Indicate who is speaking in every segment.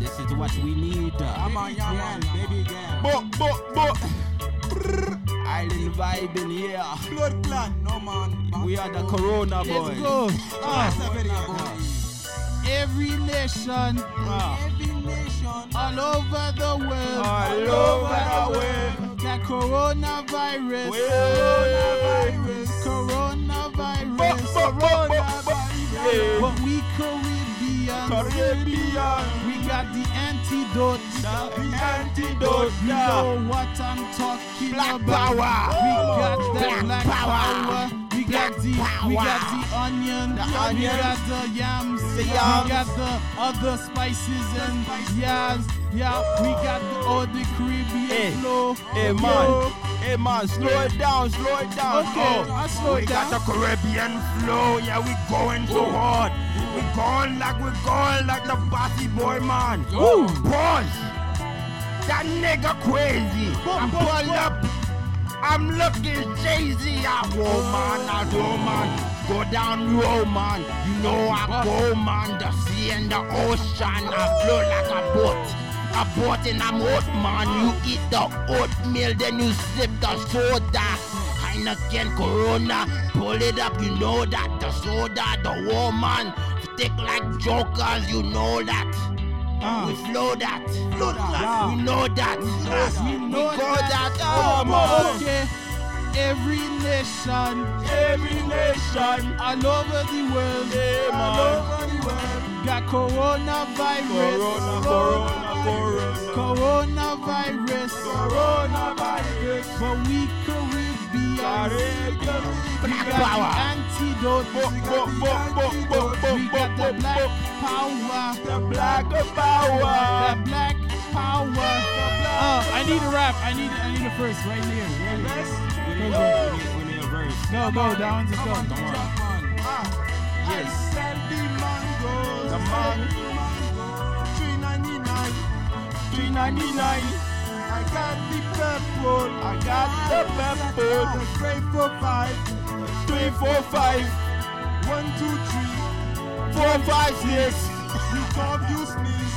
Speaker 1: This is what we need.
Speaker 2: I'm on your
Speaker 1: girl,
Speaker 2: man,
Speaker 1: baby girl.
Speaker 2: Bo, bo, bo. Brrr.
Speaker 1: Island vibing here.
Speaker 2: Blood clan, no man.
Speaker 1: We are the Corona boys.
Speaker 3: Let's go.
Speaker 2: That's
Speaker 3: Ah,
Speaker 2: a very boy.
Speaker 3: every nation
Speaker 1: Ah.
Speaker 2: Every nation.
Speaker 3: all over the world.
Speaker 1: All
Speaker 2: over the world.
Speaker 3: The coronavirus.
Speaker 2: Coronavirus.
Speaker 3: Coronavirus.
Speaker 2: Bo, bo, bo, bo, bo.
Speaker 3: Coronavirus.
Speaker 2: Yeah.
Speaker 3: But we Caribbean.
Speaker 2: Caribbean.
Speaker 3: We got the antidote.
Speaker 2: The antidote.
Speaker 3: You
Speaker 2: Yeah.
Speaker 3: know what I'm talking
Speaker 2: Black
Speaker 3: about.
Speaker 2: power.
Speaker 3: We got that
Speaker 2: Black
Speaker 3: black
Speaker 2: power.
Speaker 3: power. We got the we
Speaker 2: power.
Speaker 3: got the onion. We
Speaker 2: onion.
Speaker 3: got the yams.
Speaker 2: The
Speaker 3: We
Speaker 2: yams.
Speaker 3: got the other spices and yams. Yeah, we got the all the Caribbean
Speaker 1: Hey,
Speaker 3: flow.
Speaker 1: Hey
Speaker 3: Yo.
Speaker 1: man, hey man, slow it down, slow it down. Oh.
Speaker 3: Okay, I slow
Speaker 2: Oh, We
Speaker 3: it down.
Speaker 2: got the Caribbean flow, yeah, we going so hard. We going like we going like the bossy boy man.
Speaker 3: Woo.
Speaker 2: Boss, that nigga crazy.
Speaker 3: Boom,
Speaker 2: I'm
Speaker 3: boom,
Speaker 2: pulled
Speaker 3: boom.
Speaker 2: up, I'm looking crazy. I roll man, I roll man, go down roll man. You know I go man, the sea and the ocean. I float like a boat. I bought and I'm oat man. You eat the oatmeal, then you sip the soda. Heineken, Corona, pull it up, you know that. The soda, the woman, thick like jokers, you know that.
Speaker 3: Ah.
Speaker 2: We flow that.
Speaker 3: that.
Speaker 2: We know that.
Speaker 3: You
Speaker 2: We
Speaker 3: know
Speaker 2: go that.
Speaker 3: Oh,
Speaker 2: Oh, man.
Speaker 3: Okay. Every nation,
Speaker 2: Every nation.
Speaker 3: all over the world,
Speaker 2: man.
Speaker 3: got coronavirus.
Speaker 2: Corona, corona,
Speaker 3: Coronavirus.
Speaker 2: Coronavirus.
Speaker 3: But we Caribbean. We
Speaker 2: Black
Speaker 3: got the
Speaker 2: power.
Speaker 3: antidote.
Speaker 2: Bo- bo- bo- bo- bo- bo-
Speaker 3: we got
Speaker 2: bo-
Speaker 3: the
Speaker 2: bo-
Speaker 3: black
Speaker 2: bo-
Speaker 3: power.
Speaker 2: The black power.
Speaker 3: The black power. Uh, I need a rap. I need I need a first right here. Right here.
Speaker 1: We need, we need, we need a verse.
Speaker 3: Go, go, that one's a go.
Speaker 1: Come on.
Speaker 2: Yes. The man. 399. I got the purple. I got the purple. Three, four, five. Three, four, five. One, two, three. Four, five, six. You come, you sneeze.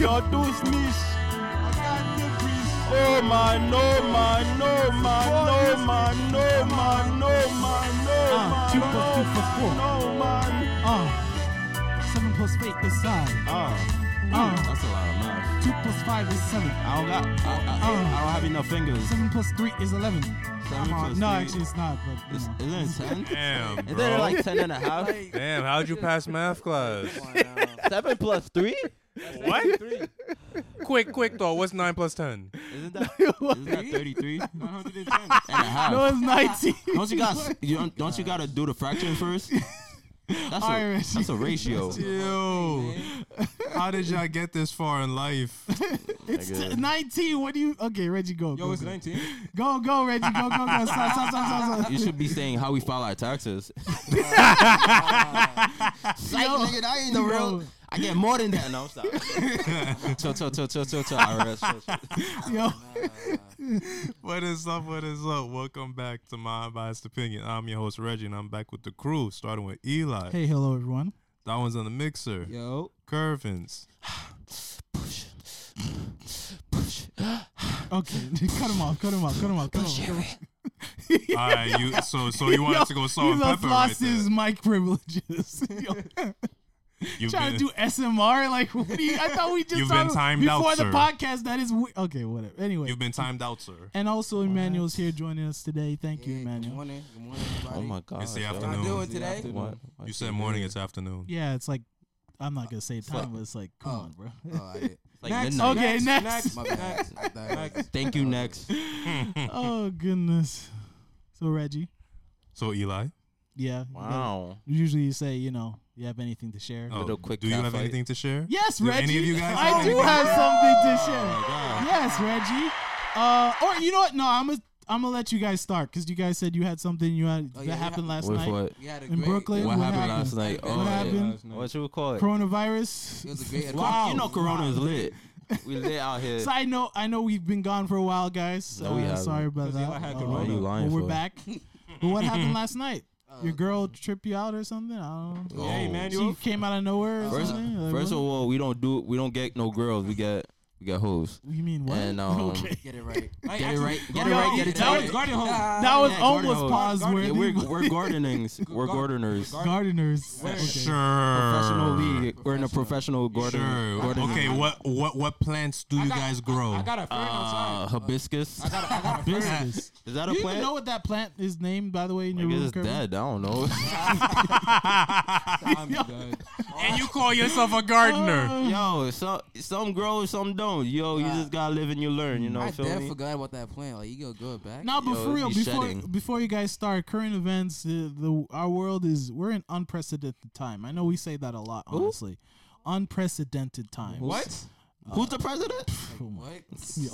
Speaker 2: You're too sneeze. I got the breeze. Oh man, no man, no man, no man, no man, no man, no
Speaker 3: Ah,
Speaker 2: man.
Speaker 3: two plus two
Speaker 2: no
Speaker 3: plus four.
Speaker 2: man, No man.
Speaker 3: Uh, 7 plus 8 is 9.
Speaker 1: Ah,
Speaker 3: Uh,
Speaker 1: that's a lot of math.
Speaker 3: 2 plus 5 is 7.
Speaker 1: I don't got, I, I, I
Speaker 3: Oh.
Speaker 1: don't have enough fingers.
Speaker 3: 7 plus 3 is 11.
Speaker 1: Seven
Speaker 3: Uh,
Speaker 1: plus
Speaker 3: no,
Speaker 1: three.
Speaker 3: actually, it's not, but. You
Speaker 1: Is-
Speaker 3: know.
Speaker 1: Isn't it 10?
Speaker 4: Damn,
Speaker 1: Isn't
Speaker 4: bro.
Speaker 1: it like 10 and a half?
Speaker 4: Damn, how'd you pass math class?
Speaker 1: 7 plus 3?
Speaker 4: what? quick, quick though. What's nine plus ten?
Speaker 1: Isn't that, isn't that 33? and a half.
Speaker 3: No, it's 19.
Speaker 1: Don't you got you don't, don't you gotta do the fraction first? That's a,
Speaker 3: Irish.
Speaker 1: that's a ratio.
Speaker 4: Yo, how did y'all get this far in life?
Speaker 3: it's t- 19. What do you. Okay, Reggie, go. go, go.
Speaker 5: 19.
Speaker 3: Go, go, Reggie. Go, go, go. Stop, stop, stop, stop.
Speaker 1: You should be saying how we file our taxes. Psych, nigga, that ain't the real.
Speaker 3: Yo.
Speaker 1: I get more than that. No, stop. Chill, chill, chill, chill, chill, chill. IRS. chill, chill.
Speaker 3: stop. Yo.
Speaker 4: What is up? What is up? Welcome back to my unbiased opinion. I'm your host Reggie, and I'm back with the crew, starting with Eli.
Speaker 3: Hey, hello, everyone.
Speaker 4: That one's on the mixer.
Speaker 5: Yo.
Speaker 4: Curvins.
Speaker 3: Okay, cut him off, cut him off, cut him off, cut him off. Cut him off.
Speaker 4: All right, you. So, so Oh, you wanted to go
Speaker 3: He
Speaker 4: salt and
Speaker 3: lost
Speaker 4: pepper right there.
Speaker 3: his mic privileges. Yo.
Speaker 4: You've
Speaker 3: trying
Speaker 4: been-
Speaker 3: to do SMR? Like, what do you, I thought we just
Speaker 4: You've
Speaker 3: talked
Speaker 4: been timed out,
Speaker 3: before the
Speaker 4: sir.
Speaker 3: podcast. That is we- okay. Whatever. Anyway,
Speaker 4: You've been timed out, sir.
Speaker 3: and also Emmanuel's here joining us today. Thank you,
Speaker 5: Good
Speaker 3: Emmanuel.
Speaker 5: morning. Good morning, everybody.
Speaker 1: Oh my god.
Speaker 4: It's the
Speaker 1: yo.
Speaker 4: afternoon.
Speaker 5: How you doing today?
Speaker 1: What? What
Speaker 4: You
Speaker 1: you
Speaker 4: said
Speaker 1: doing?
Speaker 4: morning. It's afternoon.
Speaker 3: Yeah, it's like I'm not gonna say time, but it's like, come
Speaker 5: Oh.
Speaker 3: on, bro.
Speaker 6: uh,
Speaker 5: Oh, I did.
Speaker 1: Like
Speaker 5: Next.
Speaker 1: midnight.
Speaker 3: Okay, next.
Speaker 5: My bad. I thought it was-
Speaker 1: Thank you. Next.
Speaker 3: oh goodness. So Reggie,
Speaker 4: So Eli,
Speaker 3: yeah. you gotta-
Speaker 1: Wow.
Speaker 3: Usually you say, you know, you have anything to share.
Speaker 4: oh,
Speaker 1: Little quick
Speaker 4: do you
Speaker 1: cat
Speaker 4: have
Speaker 1: fight.
Speaker 4: anything to share?
Speaker 3: Yes,
Speaker 4: Do
Speaker 3: Reggie.
Speaker 4: any of you guys
Speaker 3: I
Speaker 4: have
Speaker 3: do
Speaker 4: anything?
Speaker 3: have something to share.
Speaker 1: God.
Speaker 3: Yes, Reggie. Uh, or you know what? No, I'm gonna I'm gonna let you guys start because you guys said you had something you had
Speaker 5: Oh,
Speaker 3: that
Speaker 5: yeah, we
Speaker 3: happened
Speaker 5: ha-
Speaker 3: last
Speaker 1: Wait
Speaker 3: night.
Speaker 1: for what?
Speaker 5: We had a
Speaker 3: In
Speaker 5: great,
Speaker 3: Brooklyn?
Speaker 5: it
Speaker 1: What
Speaker 3: What
Speaker 1: happened
Speaker 3: happened?
Speaker 1: last night?
Speaker 5: What
Speaker 1: Oh, yeah.
Speaker 3: happened?
Speaker 1: What you would call it?
Speaker 3: Coronavirus.
Speaker 5: was a great
Speaker 1: You know, Corona is lit. We lit out here.
Speaker 3: Side note, I know we've been gone for a while, guys.
Speaker 1: No, we
Speaker 3: Uh,
Speaker 1: haven't.
Speaker 3: sorry about
Speaker 5: Because you
Speaker 3: that.
Speaker 5: had
Speaker 3: Uh,
Speaker 5: corona. Why
Speaker 1: you lying
Speaker 3: but we're
Speaker 1: for?
Speaker 3: back. but what happened last night? your girl trip you out or something? I don't know.
Speaker 4: Hey,
Speaker 1: Oh.
Speaker 4: man,
Speaker 3: She
Speaker 4: you
Speaker 3: came out of nowhere or
Speaker 1: First,
Speaker 3: something? Like,
Speaker 1: first of
Speaker 3: what?
Speaker 1: all, we don't do we don't get no girls. We get we get hoes.
Speaker 3: you mean what?
Speaker 1: and, um,
Speaker 5: Get it right.
Speaker 1: Get it right. Get it
Speaker 3: Yo,
Speaker 1: right. Get it
Speaker 3: that
Speaker 1: right.
Speaker 3: was
Speaker 1: garden
Speaker 3: that was
Speaker 1: yeah, garden
Speaker 3: almost
Speaker 1: hose.
Speaker 3: pause
Speaker 5: Garden-
Speaker 3: where
Speaker 1: Yeah, we're we're gardenings. We're gardeners.
Speaker 5: Gar-
Speaker 3: gardeners.
Speaker 5: Where-
Speaker 3: Okay.
Speaker 4: sure.
Speaker 1: Professional league. We're in a professional garden.
Speaker 4: Sure.
Speaker 1: gardening.
Speaker 4: Okay, what what what plants do you
Speaker 5: got-
Speaker 4: guys grow?
Speaker 5: I got a friend
Speaker 1: Uh,
Speaker 5: outside.
Speaker 1: hibiscus.
Speaker 5: I got a, I got a friend.
Speaker 3: Business.
Speaker 1: Is that
Speaker 3: Do
Speaker 1: a
Speaker 3: you even
Speaker 1: plant?
Speaker 3: know what that plant is named, by the way, in
Speaker 1: I
Speaker 3: your
Speaker 1: guess
Speaker 3: room?
Speaker 1: it's
Speaker 3: Kirby?
Speaker 1: dead. I don't know.
Speaker 5: I'm good.
Speaker 4: and you call yourself a
Speaker 1: Oh.
Speaker 4: gardener?
Speaker 3: Uh,
Speaker 1: Yo, some some grow, some don't. Yo, you just gotta live and you learn. Uh, You know,
Speaker 5: I
Speaker 1: feel
Speaker 5: dead
Speaker 1: me?
Speaker 5: forgot about that plant. Like you gonna go back?
Speaker 3: No, but
Speaker 1: Yo,
Speaker 3: for
Speaker 1: it
Speaker 3: real,
Speaker 1: be
Speaker 3: before
Speaker 1: shedding.
Speaker 3: before you guys start current events, the, the our world is we're in unprecedented time. I know we say that a lot, honestly. Unprecedented times.
Speaker 1: What? Who's the president?
Speaker 5: What?
Speaker 3: Yo.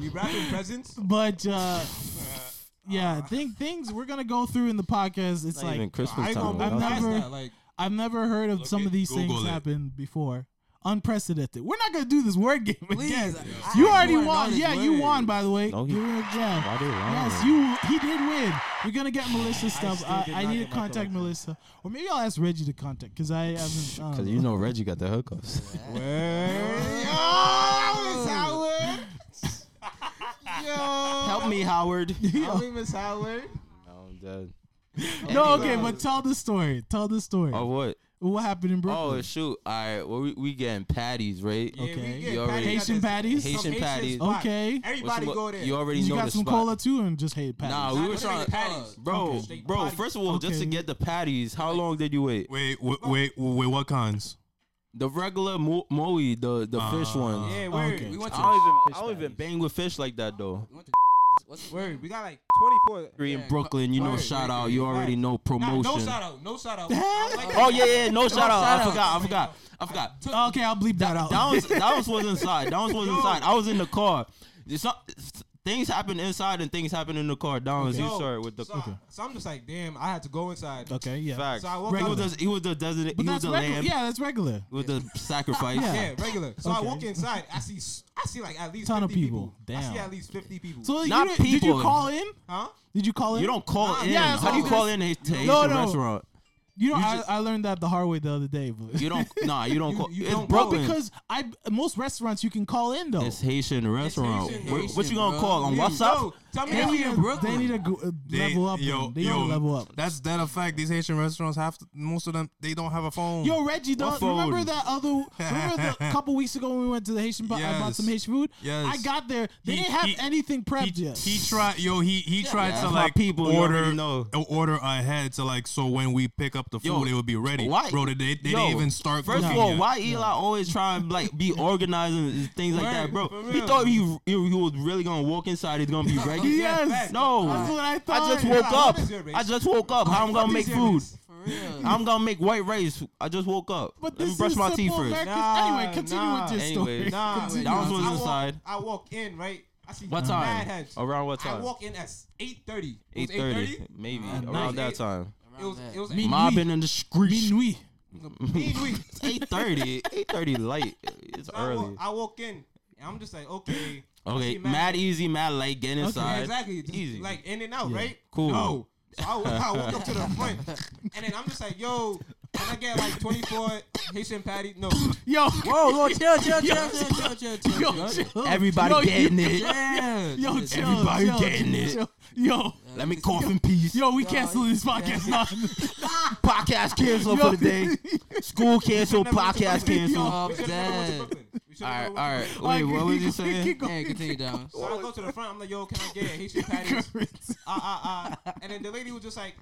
Speaker 5: We wrapping presents?
Speaker 3: But uh, yeah, think things we're gonna go through in the podcast. It's
Speaker 1: Not even
Speaker 3: like
Speaker 1: Christmas
Speaker 5: I
Speaker 1: time.
Speaker 5: gonna
Speaker 1: what
Speaker 3: I'm
Speaker 1: else
Speaker 3: not
Speaker 1: is
Speaker 3: very-
Speaker 1: there?
Speaker 5: that, like
Speaker 3: I've never heard of some
Speaker 4: it,
Speaker 3: of these
Speaker 4: Google
Speaker 3: things
Speaker 4: it.
Speaker 3: happen before. Unprecedented. We're not gonna do this word game again.
Speaker 5: please. I-
Speaker 3: You
Speaker 5: I
Speaker 3: already
Speaker 5: wanna know
Speaker 3: won.
Speaker 5: this
Speaker 3: Yeah, you
Speaker 5: word.
Speaker 3: won. By the way,
Speaker 1: No, he-
Speaker 3: give it a jab.
Speaker 1: Why they lying?
Speaker 3: Yes, you. He did win. We're gonna get Melissa stuff.
Speaker 5: still
Speaker 3: I,
Speaker 5: did
Speaker 3: I,
Speaker 5: not
Speaker 3: need to
Speaker 5: get my
Speaker 3: contact
Speaker 5: collection.
Speaker 3: Melissa, or maybe I'll ask Reggie to contact because I haven't. I don't
Speaker 1: Cause
Speaker 3: know.
Speaker 1: you know Reggie got the hookups. Help me, Howard. I'm dead.
Speaker 3: no, okay, but tell the story. Tell the story.
Speaker 1: Oh what?
Speaker 3: What happened in Brooklyn?
Speaker 1: Oh shoot! All right, well we we getting patties, right?
Speaker 3: okay.
Speaker 1: You already
Speaker 3: Haitian patties.
Speaker 1: Haitian patties.
Speaker 3: Okay.
Speaker 1: What's
Speaker 5: Everybody
Speaker 1: the-
Speaker 5: go there.
Speaker 1: You already
Speaker 3: You
Speaker 1: know
Speaker 3: got
Speaker 1: the
Speaker 3: some
Speaker 1: spot.
Speaker 3: cola too, and just hate patties.
Speaker 1: Nah, we were trying to uh,
Speaker 5: patties.
Speaker 1: Bro,
Speaker 5: Okay.
Speaker 1: bro.
Speaker 5: Patties.
Speaker 1: First of all, just to
Speaker 3: Okay.
Speaker 1: get the patties, how long did you wait?
Speaker 4: Wait, wait, wait, wait. What kinds?
Speaker 1: The regular mo- moe, the the fish one.
Speaker 5: Yeah,
Speaker 3: Oh,
Speaker 5: word.
Speaker 3: okay.
Speaker 5: We went
Speaker 1: Uh, I
Speaker 5: to.
Speaker 1: don't even, I
Speaker 6: Fish
Speaker 1: don't even
Speaker 6: patties.
Speaker 1: bang with fish like that though.
Speaker 5: we went to What's the word? We got like.
Speaker 6: Twenty-four.
Speaker 1: Three in
Speaker 5: Yeah,
Speaker 1: Brooklyn, you know,
Speaker 5: right,
Speaker 1: shout
Speaker 5: right,
Speaker 1: out.
Speaker 5: right,
Speaker 1: You already
Speaker 5: right.
Speaker 1: know promotion.
Speaker 5: no shout out. No shout out.
Speaker 1: oh yeah, yeah, no shout out.
Speaker 5: shout
Speaker 1: I
Speaker 5: out.
Speaker 1: forgot, I forgot, I forgot.
Speaker 3: okay, I'll bleep that out.
Speaker 1: Downs, Downs was inside. Downs was inside. I was in the car. It's not- things happen inside and things happen in the car. Downs, you
Speaker 5: Yo,
Speaker 1: sorry with the
Speaker 5: So, so I'm just like, damn, I had to go inside.
Speaker 3: okay, yeah.
Speaker 1: facts.
Speaker 5: So I woke
Speaker 1: He
Speaker 5: up.
Speaker 1: was the, he was the designated.
Speaker 3: But
Speaker 1: He was
Speaker 3: that's
Speaker 1: the
Speaker 3: regular.
Speaker 1: lamb.
Speaker 3: Yeah, that's regular.
Speaker 1: With the sacrifice.
Speaker 3: Yeah.
Speaker 5: Yeah, regular. So I
Speaker 3: Okay.
Speaker 5: walk inside. I see, s- I see like at least
Speaker 3: Ton of
Speaker 5: 50
Speaker 3: people.
Speaker 5: I see
Speaker 3: Damn.
Speaker 5: at least 50 people.
Speaker 3: So you
Speaker 1: Not
Speaker 3: did, did you
Speaker 1: people.
Speaker 3: call in?
Speaker 5: huh?
Speaker 3: Did you call in?
Speaker 1: You don't call
Speaker 5: Nah,
Speaker 1: in.
Speaker 5: yeah,
Speaker 1: How do you
Speaker 5: so-
Speaker 1: call in a, to Haitian
Speaker 3: No, no.
Speaker 1: restaurant?
Speaker 3: You know,
Speaker 1: You
Speaker 3: I,
Speaker 1: just-
Speaker 3: I learned that the hard way the other day. But
Speaker 1: You don't. Nah, you don't
Speaker 5: You-
Speaker 1: call.
Speaker 5: you
Speaker 1: it's
Speaker 5: don't
Speaker 3: Well,
Speaker 1: Brooklyn.
Speaker 3: because I most restaurants you can call in though.
Speaker 1: it's Haitian restaurant.
Speaker 5: Haitian,
Speaker 1: what, what
Speaker 5: Haitian,
Speaker 1: you gonna
Speaker 5: bro.
Speaker 1: call on
Speaker 5: Yeah,
Speaker 1: WhatsApp?
Speaker 5: yo, Tell me
Speaker 3: they,
Speaker 5: how
Speaker 3: need
Speaker 5: you in
Speaker 3: to,
Speaker 5: Brooklyn.
Speaker 3: they need to go, uh,
Speaker 4: They-
Speaker 3: level up.
Speaker 4: yo,
Speaker 3: man. they
Speaker 4: yo,
Speaker 3: need to level up.
Speaker 4: That's that a fact. These Haitian restaurants have to, most of them. They don't have a phone.
Speaker 3: Yo, Reggie, don't
Speaker 1: phone?
Speaker 3: remember that other remember the couple weeks ago when we went to the Haitian bar? I bought
Speaker 4: Yes.
Speaker 3: some Haitian food.
Speaker 4: Yes.
Speaker 3: I got there. They
Speaker 4: He-
Speaker 3: didn't have
Speaker 4: he-
Speaker 3: anything
Speaker 4: he,
Speaker 3: prepped yet.
Speaker 4: he tried. Yo, he he tried
Speaker 1: That's
Speaker 4: to
Speaker 1: my
Speaker 4: like
Speaker 1: people, you
Speaker 4: order
Speaker 1: already know.
Speaker 4: uh, order ahead to like so when we pick up the food,
Speaker 1: Yo,
Speaker 4: it would be ready.
Speaker 1: Why,
Speaker 4: bro? Did they, they
Speaker 1: Yo,
Speaker 4: didn't even start?
Speaker 1: First of
Speaker 4: cooking
Speaker 1: all,
Speaker 4: yet.
Speaker 1: why Eli always trying to like be organizing and things like that, bro? He thought he, he he was really gonna walk inside. It's gonna be ready.
Speaker 3: yes.
Speaker 5: fact.
Speaker 1: No,
Speaker 3: That's what I thought.
Speaker 1: I just
Speaker 5: Eli,
Speaker 1: woke up.
Speaker 5: what is your race?
Speaker 1: I just woke up. How I'm
Speaker 5: What
Speaker 1: gonna
Speaker 5: is
Speaker 1: make
Speaker 5: your
Speaker 1: food?
Speaker 5: race? For real.
Speaker 1: I'm gonna make white rice. I just woke up.
Speaker 3: But
Speaker 1: Let me
Speaker 3: this
Speaker 1: brush
Speaker 3: is
Speaker 1: my
Speaker 3: simple
Speaker 1: teeth first.
Speaker 3: American-
Speaker 5: Nah,
Speaker 3: anyway, continue
Speaker 5: nah.
Speaker 3: with your
Speaker 1: Anyways.
Speaker 3: story.
Speaker 5: Nah,
Speaker 3: Continue.
Speaker 1: Downs was
Speaker 5: I walk-
Speaker 1: inside.
Speaker 5: I walk in, right? I see
Speaker 1: What
Speaker 5: mad
Speaker 1: time?
Speaker 5: heads.
Speaker 1: Around what
Speaker 5: I
Speaker 1: time?
Speaker 5: walk in at 8:30.
Speaker 1: Eight
Speaker 5: It was 8:30.
Speaker 1: thirty, maybe
Speaker 5: Uh,
Speaker 1: around
Speaker 5: night.
Speaker 1: that time.
Speaker 5: It was. It was.
Speaker 3: Me-
Speaker 1: Mobbing in the streets.
Speaker 3: Minuit.
Speaker 5: Midweek.
Speaker 1: Eight thirty. Eight thirty light. It's
Speaker 5: I walk,
Speaker 1: early.
Speaker 5: I walk in. And I'm just like, okay. I
Speaker 1: Okay,
Speaker 5: see
Speaker 1: mad easy, mad light. Get
Speaker 5: Yeah,
Speaker 1: inside.
Speaker 5: exactly. Just
Speaker 1: Easy.
Speaker 5: Like in and out, right?
Speaker 1: Cool.
Speaker 5: No. So I, wa- I walk up to the front, and then I'm just like, yo, can I get like 24 Haitian patty? No.
Speaker 3: Yo,
Speaker 5: Whoa, whoa, chill, chill, chill, chill, chill, chill, chill.
Speaker 3: yo, chill.
Speaker 1: Everybody
Speaker 3: yo,
Speaker 1: getting it.
Speaker 5: Yeah.
Speaker 3: Yo, chill,
Speaker 1: Everybody
Speaker 3: chill,
Speaker 1: getting it.
Speaker 3: chill. Yo,
Speaker 1: Let me cough in peace.
Speaker 3: yo, we canceling this podcast. now.
Speaker 1: podcast canceled
Speaker 3: Yo.
Speaker 1: for the day. School canceled. Podcast canceled. All
Speaker 5: We should have never went to Brooklyn. We should
Speaker 1: right,
Speaker 5: have
Speaker 1: Oh, all
Speaker 5: never went
Speaker 1: right.
Speaker 5: to Brooklyn.
Speaker 1: Wait, what was you
Speaker 3: Keep
Speaker 1: saying?
Speaker 3: going.
Speaker 5: Yeah, continue down. So I go to the front. I'm like, yo, can I get Haitian patties? Uh, uh, uh. And then the lady was just like,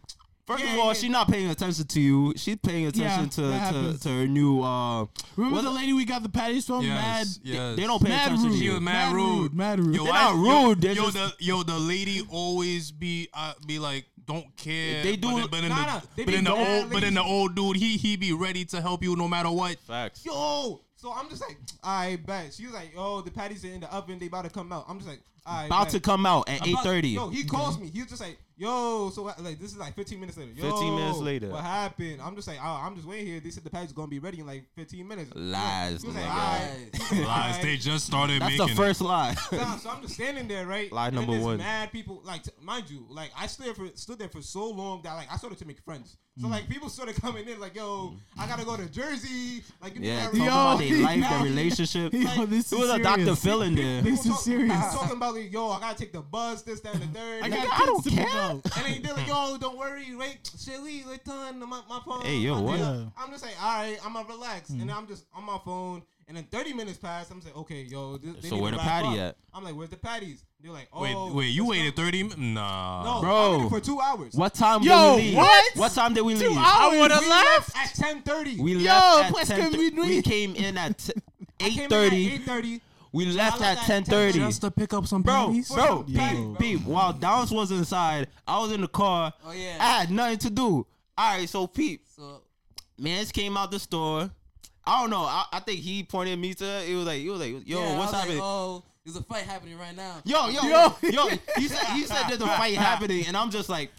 Speaker 1: First
Speaker 5: yeah,
Speaker 1: of all,
Speaker 5: yeah.
Speaker 1: she's not paying attention to you. She's paying attention
Speaker 3: that
Speaker 1: to, to,
Speaker 3: happens.
Speaker 1: to her new. Uh,
Speaker 3: Remember
Speaker 1: what-
Speaker 3: the lady we got the patties from? Mad.
Speaker 4: Yes, yes.
Speaker 1: They don't pay
Speaker 3: Mad
Speaker 1: attention
Speaker 3: rude.
Speaker 1: to
Speaker 4: She
Speaker 1: you.
Speaker 4: was mad,
Speaker 3: Mad
Speaker 4: rude.
Speaker 3: rude, mad rude.
Speaker 1: They're not rude,
Speaker 4: Yo,
Speaker 1: they're
Speaker 4: yo,
Speaker 1: just-
Speaker 4: the yo the lady always be uh, be like, don't care.
Speaker 1: They do-
Speaker 4: but, but in
Speaker 5: Nah, nah,
Speaker 4: the,
Speaker 5: they
Speaker 4: but
Speaker 5: be
Speaker 4: in the
Speaker 5: mad
Speaker 4: old but in the old dude, he he be ready to help you no matter what.
Speaker 1: Facts.
Speaker 5: yo. So I'm just like, I bet. She was like, oh, the patties are in the oven. They about to come out. I'm just like, I
Speaker 1: About to come out at eight
Speaker 5: About-
Speaker 1: thirty.
Speaker 5: Yo, he calls me. He's just like, yo, so what- like this is like 15 minutes later. Yo,
Speaker 1: 15 minutes later.
Speaker 5: what happened? I'm just like, oh, I'm just waiting here. They said the package is gonna be ready in like 15 minutes.
Speaker 1: Lies,
Speaker 5: He was like,
Speaker 1: nigga.
Speaker 5: "Alright." He was like,
Speaker 4: Lies.
Speaker 5: "Alright."
Speaker 4: They just started
Speaker 1: That's the
Speaker 4: making.
Speaker 1: first lie.
Speaker 5: Nah, so I'm just standing there, right?
Speaker 1: Lie
Speaker 5: and
Speaker 1: number
Speaker 5: there's
Speaker 1: one.
Speaker 5: Mad people, like t- mind you, like I stood there for stood there for so long that like I started to make friends. So like people started coming in, like yo, I gotta go to Jersey, like you
Speaker 1: yeah,
Speaker 5: know,
Speaker 1: talking about
Speaker 3: Yo,
Speaker 1: their life, their
Speaker 5: Nah,
Speaker 1: relationship.
Speaker 3: Yo,
Speaker 1: It
Speaker 3: this is
Speaker 1: was a Dr.
Speaker 3: serious.
Speaker 1: Phil in there.
Speaker 3: This
Speaker 5: people
Speaker 3: is serious.
Speaker 5: people talking about like yo, I gotta take the bus, this, that, and the third.
Speaker 3: I,
Speaker 5: Like,
Speaker 3: got
Speaker 1: I don't
Speaker 3: kids to pick
Speaker 1: care.
Speaker 3: up.
Speaker 5: and then they're like, yo, don't worry, wait, Shelly, wait, ton, my, my phone.
Speaker 1: Hey, yo,
Speaker 5: my
Speaker 1: what? Mm.
Speaker 5: deal." I'm just like, all right, I'm gonna relax. And then I'm just on my phone. And then 30 minutes pass. I'm like, okay, yo. This, they
Speaker 1: So
Speaker 5: need
Speaker 1: where
Speaker 5: to
Speaker 1: the
Speaker 5: wrap
Speaker 1: patty
Speaker 5: up.
Speaker 1: at?
Speaker 5: I'm like, where's the patties? They're like, oh.
Speaker 4: Wait, wait. You
Speaker 5: it's
Speaker 4: waited
Speaker 5: not-
Speaker 4: 30 minutes? Nah.
Speaker 5: No,
Speaker 1: Bro.
Speaker 5: I waited for two hours.
Speaker 1: What time did
Speaker 3: Yo,
Speaker 1: we leave?
Speaker 3: what?
Speaker 1: time did we leave?
Speaker 3: I would
Speaker 5: We
Speaker 3: have
Speaker 5: left
Speaker 3: left.
Speaker 5: at 10:30.
Speaker 1: We
Speaker 3: Yo,
Speaker 1: left at
Speaker 3: West
Speaker 1: 10
Speaker 3: Coast, we
Speaker 1: We
Speaker 3: leave.
Speaker 1: came in at t-
Speaker 5: came in at
Speaker 1: 8.30.
Speaker 5: 8:30.
Speaker 1: We left
Speaker 5: left
Speaker 1: at
Speaker 5: at
Speaker 1: 10.30.
Speaker 5: Just
Speaker 4: to pick up some
Speaker 1: Bro, bro,
Speaker 5: Yo.
Speaker 1: peep, peep. While Downs was inside, I was in the car.
Speaker 6: Oh, yeah.
Speaker 1: I had nothing to do. All right, so peep,
Speaker 6: So
Speaker 1: Mans came out the store. I don't know. I, I think he pointed me to. It was like, he was like, yo,
Speaker 6: yeah, I was
Speaker 1: what's
Speaker 6: like,
Speaker 1: happening?
Speaker 6: oh, there's a fight happening right now.
Speaker 1: Yo, yo, yo, yo! He said he said there's a fight happening, and I'm just like,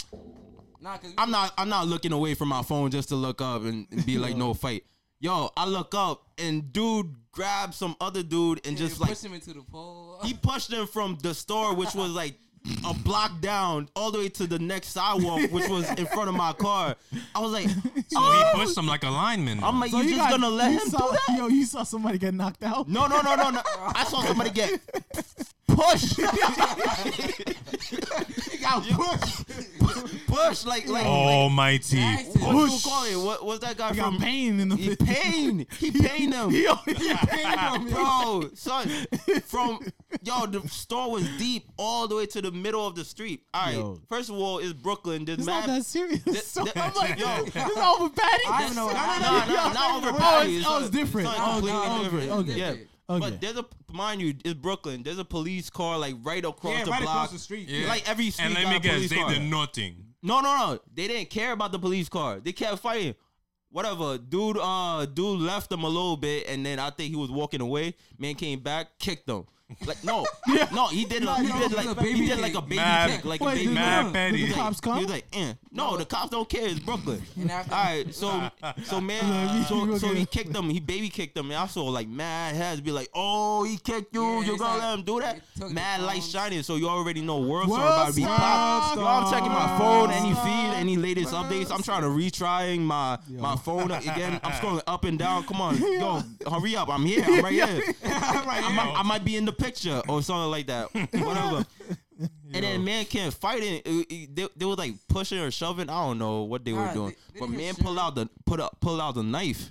Speaker 6: Nah, cause
Speaker 1: I'm not I'm not looking away from my phone just to look up and, and be like no fight. Yo, I look up and dude grabbed some other dude and
Speaker 6: they
Speaker 1: just like
Speaker 6: pushed him into the pole.
Speaker 1: he pushed him from the store, which was like a block down, all the way to the next sidewalk, which was in front of my car. I was like,
Speaker 4: So he
Speaker 1: "Oh."
Speaker 4: pushed him like a lineman.
Speaker 1: I'm like, you, just
Speaker 3: got-
Speaker 1: gonna let
Speaker 3: you
Speaker 1: him
Speaker 3: saw,
Speaker 1: do that?
Speaker 3: Yo, you saw somebody get knocked out.
Speaker 1: No, no, no, no, no! I saw somebody get pushed,
Speaker 5: He got pushed.
Speaker 1: pushed like like.
Speaker 4: Oh,
Speaker 1: like
Speaker 4: Almighty.
Speaker 6: Jackson.
Speaker 1: what you call it? What was that guy
Speaker 3: I
Speaker 1: from
Speaker 3: Oh, got pain in the
Speaker 1: He
Speaker 3: face.
Speaker 1: pain. He pain him.
Speaker 3: Yo, he pain.
Speaker 1: Bro, son, from yo, the store was deep all the way to the middle of the street. All right,
Speaker 3: Yo.
Speaker 1: first of all, it's Brooklyn. There's
Speaker 3: It's not
Speaker 1: mad.
Speaker 3: that serious.
Speaker 1: Th-
Speaker 3: So
Speaker 1: th-
Speaker 3: I'm like,
Speaker 1: yo.
Speaker 3: yo, this is over Patty.
Speaker 5: I don't know.
Speaker 1: No,
Speaker 5: I
Speaker 1: no,
Speaker 5: don't
Speaker 1: no,
Speaker 5: know.
Speaker 1: no, not over
Speaker 3: Oh,
Speaker 1: Patty.
Speaker 3: it's-
Speaker 1: It's
Speaker 3: oh,
Speaker 1: not-
Speaker 3: it's different.
Speaker 1: not
Speaker 3: Oh,
Speaker 1: completely
Speaker 6: no, okay,
Speaker 1: different.
Speaker 6: okay.
Speaker 1: Yeah.
Speaker 6: Okay.
Speaker 1: But there's a mind you, it's Brooklyn. There's a police car like right across
Speaker 5: Yeah,
Speaker 1: the
Speaker 5: right
Speaker 1: block.
Speaker 5: across the street.
Speaker 4: Yeah.
Speaker 1: Like every street
Speaker 4: and let
Speaker 1: got
Speaker 4: me
Speaker 1: a
Speaker 4: guess,
Speaker 1: police
Speaker 4: they
Speaker 1: car.
Speaker 4: did nothing.
Speaker 1: No, no, no. They didn't care about the police car. They kept fighting. Whatever. Dude, uh, dude left them a little bit, and then I think he was walking away. Man came back, kicked them. Like no, no, he did. Like, he
Speaker 6: no,
Speaker 1: did
Speaker 6: it was
Speaker 1: like
Speaker 6: a
Speaker 1: he
Speaker 6: baby
Speaker 1: did like a
Speaker 6: kick.
Speaker 1: baby
Speaker 4: Mad-
Speaker 1: kick, like a
Speaker 3: Wait,
Speaker 1: baby.
Speaker 3: did
Speaker 4: Mad
Speaker 3: the-
Speaker 4: petty.
Speaker 3: did the cops
Speaker 1: He was
Speaker 3: come?
Speaker 1: like, eh. no, the cops don't care. It's Brooklyn.
Speaker 6: And
Speaker 1: All
Speaker 6: after-
Speaker 1: right, so so man,
Speaker 3: Yeah,
Speaker 1: so,
Speaker 3: you-
Speaker 1: so
Speaker 3: you
Speaker 1: he
Speaker 3: okay.
Speaker 1: kicked him. He baby kicked him, and I saw like mad heads be like, "Oh, he kicked you. You're
Speaker 6: Yeah, it's
Speaker 1: gonna
Speaker 6: like-
Speaker 1: let him do
Speaker 6: it
Speaker 1: that."
Speaker 6: took
Speaker 1: Mad
Speaker 6: the
Speaker 1: light
Speaker 6: phones.
Speaker 1: shining, so you already know world's
Speaker 3: World
Speaker 1: are about to be
Speaker 3: star,
Speaker 1: popped. Yo, I'm checking my phone,
Speaker 3: world
Speaker 1: any
Speaker 3: star,
Speaker 1: feed, any latest updates. I'm trying to retrying my my phone again. I'm scrolling up and down. Come on, yo, hurry up! I'm here. I'm right here. I might, I might be in the picture or something like that. Whatever. And then man can't fight it. It- it- They, they were like pushing or shoving. I don't know what they were
Speaker 6: Nah,
Speaker 1: doing.
Speaker 6: they- they
Speaker 1: but
Speaker 6: didn't
Speaker 1: man
Speaker 6: shove.
Speaker 1: pulled out the put up pull out the knife.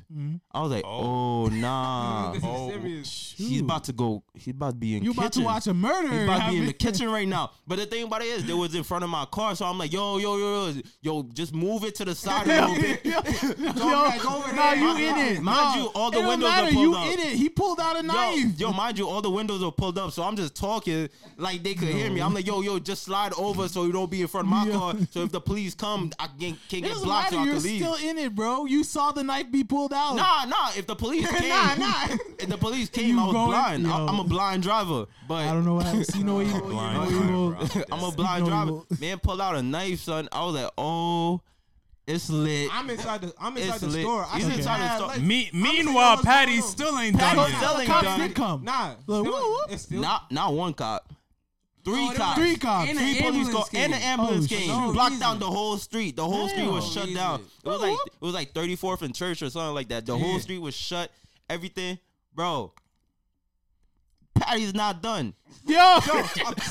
Speaker 1: I was like, oh, nah,
Speaker 5: This is
Speaker 4: Oh.
Speaker 5: serious.
Speaker 1: he's about to go. He's about to be in.
Speaker 3: You about to
Speaker 1: kitchen.
Speaker 3: watch a murder?
Speaker 1: He's about to be in the
Speaker 3: happen.
Speaker 1: kitchen right now. But the thing about it is, they was in front of my car, so I'm like, yo, yo, yo, yo, yo just move it to the side a little bit.
Speaker 3: Yo,
Speaker 5: back over
Speaker 3: nah,
Speaker 5: there.
Speaker 3: you in it.
Speaker 1: Mind
Speaker 3: Nah.
Speaker 1: you, all the
Speaker 3: it don't
Speaker 1: windows are
Speaker 3: matter. You
Speaker 1: pulled up.
Speaker 3: in it. He pulled out a
Speaker 1: Yo,
Speaker 3: knife.
Speaker 1: yo, mind you, all the windows are pulled up, so I'm just talking like they could hear me. I'm like, yo, yo, just slide over so you don't be in front of my
Speaker 3: Yeah.
Speaker 1: car. So if the police come, I can, can
Speaker 3: It
Speaker 1: get
Speaker 3: doesn't
Speaker 1: blocked, so
Speaker 3: matter.
Speaker 1: I
Speaker 3: You're
Speaker 1: can leave.
Speaker 3: still in it, bro. You saw the knife be pulled out.
Speaker 1: Nah, nah. If the police came,
Speaker 3: Nah, nah.
Speaker 1: if the police came,
Speaker 3: You
Speaker 1: I was
Speaker 3: going-
Speaker 1: blind. I,
Speaker 3: Yo.
Speaker 1: am a blind driver, but
Speaker 3: I don't know what happened. You know what you
Speaker 4: Blind
Speaker 3: you know
Speaker 4: driver,
Speaker 3: you-
Speaker 1: I'm a blind
Speaker 3: No, you
Speaker 1: driver.
Speaker 3: won't.
Speaker 1: Man pulled out a knife, son. I was like, oh, it's lit.
Speaker 5: I'm inside the I'm
Speaker 1: It's
Speaker 5: inside the
Speaker 1: lit.
Speaker 5: store. I
Speaker 1: He's
Speaker 5: said,
Speaker 1: inside the
Speaker 5: "Nah,
Speaker 1: store."
Speaker 5: like-
Speaker 4: Me,
Speaker 5: like,
Speaker 4: meanwhile,
Speaker 5: what's
Speaker 4: Patty
Speaker 5: going on?
Speaker 4: still ain't done
Speaker 1: Patty's
Speaker 4: yet.
Speaker 1: still
Speaker 3: The
Speaker 1: ain't
Speaker 3: cops
Speaker 1: done.
Speaker 3: did come.
Speaker 5: Nah,
Speaker 3: Like,
Speaker 5: still-
Speaker 3: woo, woo.
Speaker 5: it's still
Speaker 1: Not not one cop. Three
Speaker 6: Oh, they
Speaker 1: cops.
Speaker 6: were-
Speaker 3: Three cops.
Speaker 6: and
Speaker 1: Three
Speaker 6: an
Speaker 1: police
Speaker 6: ambulance
Speaker 1: cars and an
Speaker 6: came.
Speaker 1: ambulance
Speaker 3: Oh,
Speaker 1: came.
Speaker 6: shit.
Speaker 1: Blocked
Speaker 6: Oh,
Speaker 1: down the
Speaker 6: easy.
Speaker 1: whole street. The whole street was
Speaker 6: Damn.
Speaker 1: shut
Speaker 6: Easy.
Speaker 1: down. It was
Speaker 3: Bro,
Speaker 1: like
Speaker 3: what?
Speaker 1: it was like 34th and Church or something like that. The whole street was shut. Everything, bro. Patty's not done.
Speaker 3: Yo,
Speaker 5: I'm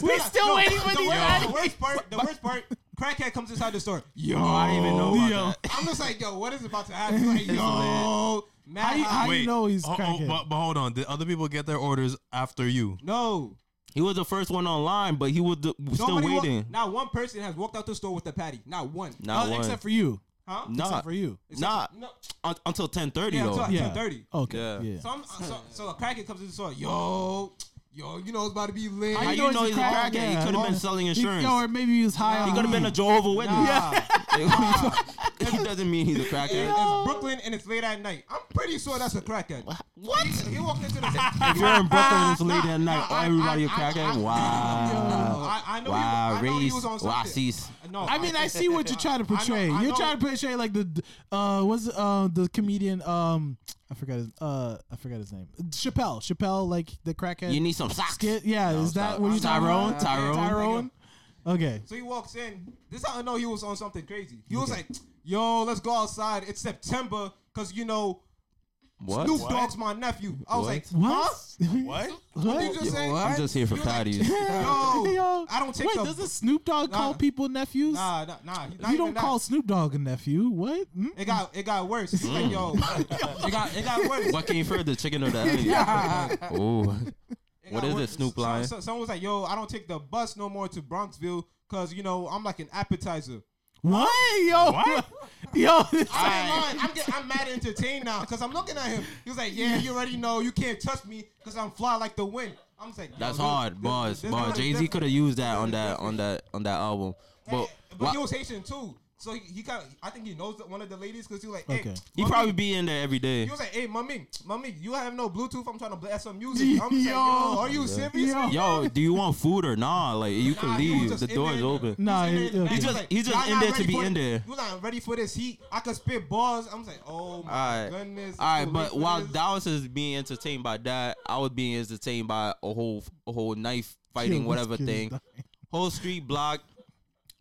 Speaker 3: we
Speaker 5: not-
Speaker 3: still
Speaker 5: no,
Speaker 3: waiting for
Speaker 5: the
Speaker 3: these
Speaker 5: worst-
Speaker 3: guys.
Speaker 5: The worst part, the worst part, crackhead comes inside the store.
Speaker 1: Yo, I didn't even know about
Speaker 3: Yo.
Speaker 1: that.
Speaker 5: I'm just like, yo, what is about to happen? Like, yo,
Speaker 3: How
Speaker 5: mad
Speaker 3: you, how
Speaker 5: hype.
Speaker 3: you know he's
Speaker 4: oh, oh,
Speaker 3: crackhead?
Speaker 4: but, but hold on. Did other people get their orders after you?
Speaker 5: No,
Speaker 1: He was the first one online, but he was the, still
Speaker 5: nobody wa-
Speaker 1: waiting.
Speaker 5: not one person has walked out the store with the patty. Not one.
Speaker 1: Not
Speaker 3: Oh,
Speaker 1: one.
Speaker 3: Except for you.
Speaker 5: Huh?
Speaker 1: nah,
Speaker 3: Except for you.
Speaker 1: nah,
Speaker 5: No.
Speaker 1: un- until 10:30
Speaker 5: Yeah,
Speaker 1: though.
Speaker 5: until-
Speaker 3: Yeah.
Speaker 5: 10:30.
Speaker 3: Okay.
Speaker 1: Yeah.
Speaker 3: Yeah.
Speaker 5: So, I'm, so, so a crackhead comes in the store. Yo, yo, you know it's about to be lit.
Speaker 1: How
Speaker 3: How
Speaker 1: you know he's a crackhead? He coulda been selling insurance.
Speaker 3: He, or maybe he was high.
Speaker 1: He
Speaker 3: on
Speaker 1: could have been a
Speaker 3: weed.
Speaker 1: Jehovah Witness.
Speaker 5: Nah.
Speaker 1: he doesn't mean he's a crackhead.
Speaker 5: And it's Brooklyn and it's late at night. I'm pretty sure that's a crackhead.
Speaker 1: What?
Speaker 5: He walked into the.
Speaker 1: If you're in Brooklyn and it's late at night,
Speaker 5: I- I-
Speaker 1: everybody a
Speaker 5: I- I-
Speaker 1: crackhead.
Speaker 5: I-
Speaker 1: Wow.
Speaker 5: Oh, I, I know
Speaker 1: Oh, Wow,
Speaker 5: he, was- I know he
Speaker 1: race.
Speaker 5: was on
Speaker 1: Wow,
Speaker 5: something.
Speaker 1: cease.
Speaker 5: No,
Speaker 3: I mean, I see what you're trying to portray.
Speaker 5: I
Speaker 3: you're
Speaker 5: know-
Speaker 3: trying to portray like the uh was uh the comedian um I forgot his uh I forgot his name Chappelle Chappelle like the crackhead
Speaker 1: You need some socks.
Speaker 3: skit. Yeah,
Speaker 1: No,
Speaker 3: is that
Speaker 1: stop.
Speaker 3: what you talking
Speaker 1: Tyrone,
Speaker 3: about?
Speaker 1: Tyrone.
Speaker 3: Tyrone. Okay.
Speaker 5: So he walks in. This is how I know he was on something crazy. He was like, "Yo, let's go outside. It's September, cause you know
Speaker 1: What?
Speaker 5: Snoop Dogg's my nephew." I was like,
Speaker 3: What?
Speaker 4: What?
Speaker 5: "What did
Speaker 3: What?
Speaker 5: you just say?"
Speaker 1: I'm just here for
Speaker 5: You're like-
Speaker 1: patties.
Speaker 5: Yo, I don't take
Speaker 3: Wait,
Speaker 5: the-
Speaker 3: doesn't Snoop Dogg
Speaker 5: Nah.
Speaker 3: call people nephews?
Speaker 5: Nah, nah, nah. he- not
Speaker 3: you
Speaker 5: even
Speaker 3: don't
Speaker 5: that.
Speaker 3: call Snoop Dogg a nephew. What? Hmm?
Speaker 5: It got it got worse. He's like, "Yo, it got it got worse."
Speaker 1: Mm. What came first, the chicken or the egg? Oh,
Speaker 5: It
Speaker 1: What
Speaker 5: got
Speaker 1: is it,
Speaker 5: worse.
Speaker 1: Snoop
Speaker 5: So-
Speaker 1: Lion?
Speaker 5: so- someone was like, "Yo, I don't take the bus no more to Bronxville, cause you know I'm like an appetizer."
Speaker 3: What? Yo.
Speaker 4: What?
Speaker 3: Yo.
Speaker 5: I ain't lying. I'm, get, I'm mad entertained now because I'm looking at him. He was like, "Yeah, you already know you can't touch me because I'm fly like the wind." I'm just like, yo,
Speaker 1: that's
Speaker 5: dude,
Speaker 1: hard.
Speaker 5: this-
Speaker 1: Bars,
Speaker 5: this
Speaker 1: bars.
Speaker 5: guy's
Speaker 1: Jay Z
Speaker 5: different.
Speaker 1: could have used that on that on that on that album. But
Speaker 5: But
Speaker 1: wha-
Speaker 5: he was Haitian too, so he, he got. I think he knows that one of the ladies because he was like, "Hey."
Speaker 3: Okay.
Speaker 1: he
Speaker 5: mommy."
Speaker 1: probably be in there every day.
Speaker 5: He was like, "Hey, mommy, mommy, you have no Bluetooth. I'm trying to blast some music." I'm just like,
Speaker 3: Yo.
Speaker 5: "Yo, are you serious?"
Speaker 3: Yo.
Speaker 1: Yo, do you want food or nah? Like you can
Speaker 5: Nah, he was
Speaker 1: leave.
Speaker 5: just
Speaker 1: The
Speaker 5: in
Speaker 1: door is
Speaker 5: there.
Speaker 1: open.
Speaker 3: Nah,
Speaker 5: in there
Speaker 3: he-
Speaker 5: in the
Speaker 3: he
Speaker 5: back.
Speaker 1: just- he just
Speaker 5: "Y'all
Speaker 1: in
Speaker 5: not
Speaker 1: there to
Speaker 5: ready
Speaker 1: be
Speaker 5: for
Speaker 1: in
Speaker 5: this-
Speaker 1: there."
Speaker 5: You not ready for this heat? I could spit bars. I'm just like, "Oh my
Speaker 1: Alright.
Speaker 5: goodness."
Speaker 1: All right,
Speaker 5: it's too late
Speaker 1: but
Speaker 5: for
Speaker 1: while
Speaker 5: this.
Speaker 1: Dallas is being entertained by that, I was being entertained by a whole a whole knife
Speaker 3: Yo,
Speaker 1: fighting
Speaker 3: this
Speaker 1: whatever
Speaker 3: kid is
Speaker 1: thing.
Speaker 3: dying.
Speaker 1: Whole street block.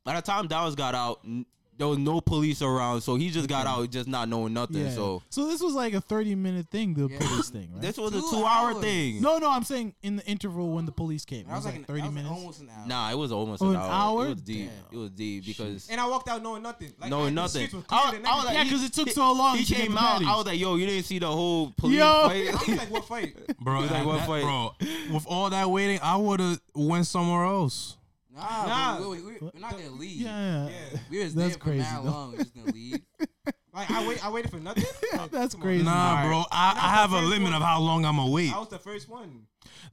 Speaker 1: By the time Dallas got out, n- there was no police around, so he just got out just not knowing nothing.
Speaker 3: Yeah.
Speaker 1: So
Speaker 3: this was like a 30 minute thing, the
Speaker 6: Yeah.
Speaker 3: police thing, right?
Speaker 1: this was a
Speaker 6: Two
Speaker 1: two hour
Speaker 6: hours.
Speaker 1: thing.
Speaker 3: no, no, I'm saying in the interval when the police came. It
Speaker 6: I
Speaker 3: was like
Speaker 6: an-
Speaker 3: 30
Speaker 6: that was
Speaker 3: minutes.
Speaker 6: Almost an hour.
Speaker 1: Nah, it was almost
Speaker 3: Oh,
Speaker 1: an
Speaker 3: an
Speaker 1: hour.
Speaker 3: hour?
Speaker 1: It was deep.
Speaker 6: Damn.
Speaker 1: It was deep because
Speaker 5: And I walked out knowing nothing. Like,
Speaker 1: knowing
Speaker 5: I- the
Speaker 1: nothing.
Speaker 5: streets were
Speaker 1: I,
Speaker 5: cleared and
Speaker 1: I was like,
Speaker 3: Yeah,
Speaker 1: he-
Speaker 3: 'cause it took
Speaker 1: he-
Speaker 3: so long
Speaker 1: He
Speaker 3: to get
Speaker 1: came
Speaker 3: the
Speaker 1: out. I
Speaker 3: patties.
Speaker 1: was like, yo, you didn't see the whole police
Speaker 3: Yo.
Speaker 5: I
Speaker 1: fight.
Speaker 5: was like, what fight?
Speaker 4: Bro,
Speaker 1: He's like,
Speaker 4: at
Speaker 1: "What
Speaker 4: that-
Speaker 1: fight?"
Speaker 4: bro, with all that waiting, I would have went somewhere else.
Speaker 6: Nah,
Speaker 5: Nah.
Speaker 6: but We, we, we're not gonna leave.
Speaker 3: Yeah.
Speaker 5: Yeah.
Speaker 6: We was
Speaker 3: That's
Speaker 6: there for
Speaker 3: crazy,
Speaker 6: mad
Speaker 3: though.
Speaker 6: long. We're just gonna leave.
Speaker 5: Like I wait, I waited for nothing. Like,
Speaker 3: That's
Speaker 5: come on.
Speaker 3: crazy.
Speaker 4: Nah,
Speaker 3: Alright.
Speaker 4: bro, I, I have a
Speaker 5: Alright.
Speaker 4: limit of how long I'm gonna wait.
Speaker 5: I was the first one.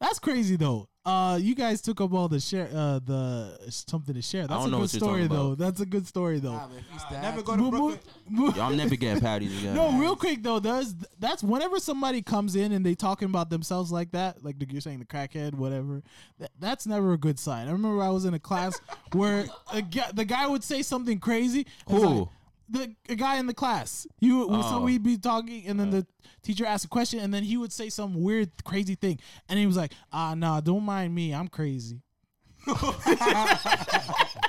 Speaker 3: That's crazy though. Uh, you guys took up all the share, uh, the something to share. That's
Speaker 1: don't
Speaker 3: a
Speaker 1: know
Speaker 3: good
Speaker 1: what you're talking
Speaker 3: story though.
Speaker 1: about.
Speaker 3: That's a good story
Speaker 6: Nah,
Speaker 3: though.
Speaker 6: but if you
Speaker 5: Uh,
Speaker 6: stabbed-
Speaker 5: never go to
Speaker 3: Mo- mo-
Speaker 5: Brooklyn.
Speaker 3: mo-
Speaker 1: Yo, I'm never getting patties again.
Speaker 3: no, real quick though. There's that's whenever somebody comes in and they talking about themselves like that, like the- you're saying the crackhead, whatever. That, that's never a good sign. I remember I was in a class where a, gu- the guy would say something crazy. It was
Speaker 1: Who?
Speaker 3: like- the a guy in the class. You would- so
Speaker 1: Oh.
Speaker 3: we'd be talking, and then the teacher asked a question, and then he would say some weird, crazy thing, and he was like, "Ah, nah, don't mind me. I'm crazy."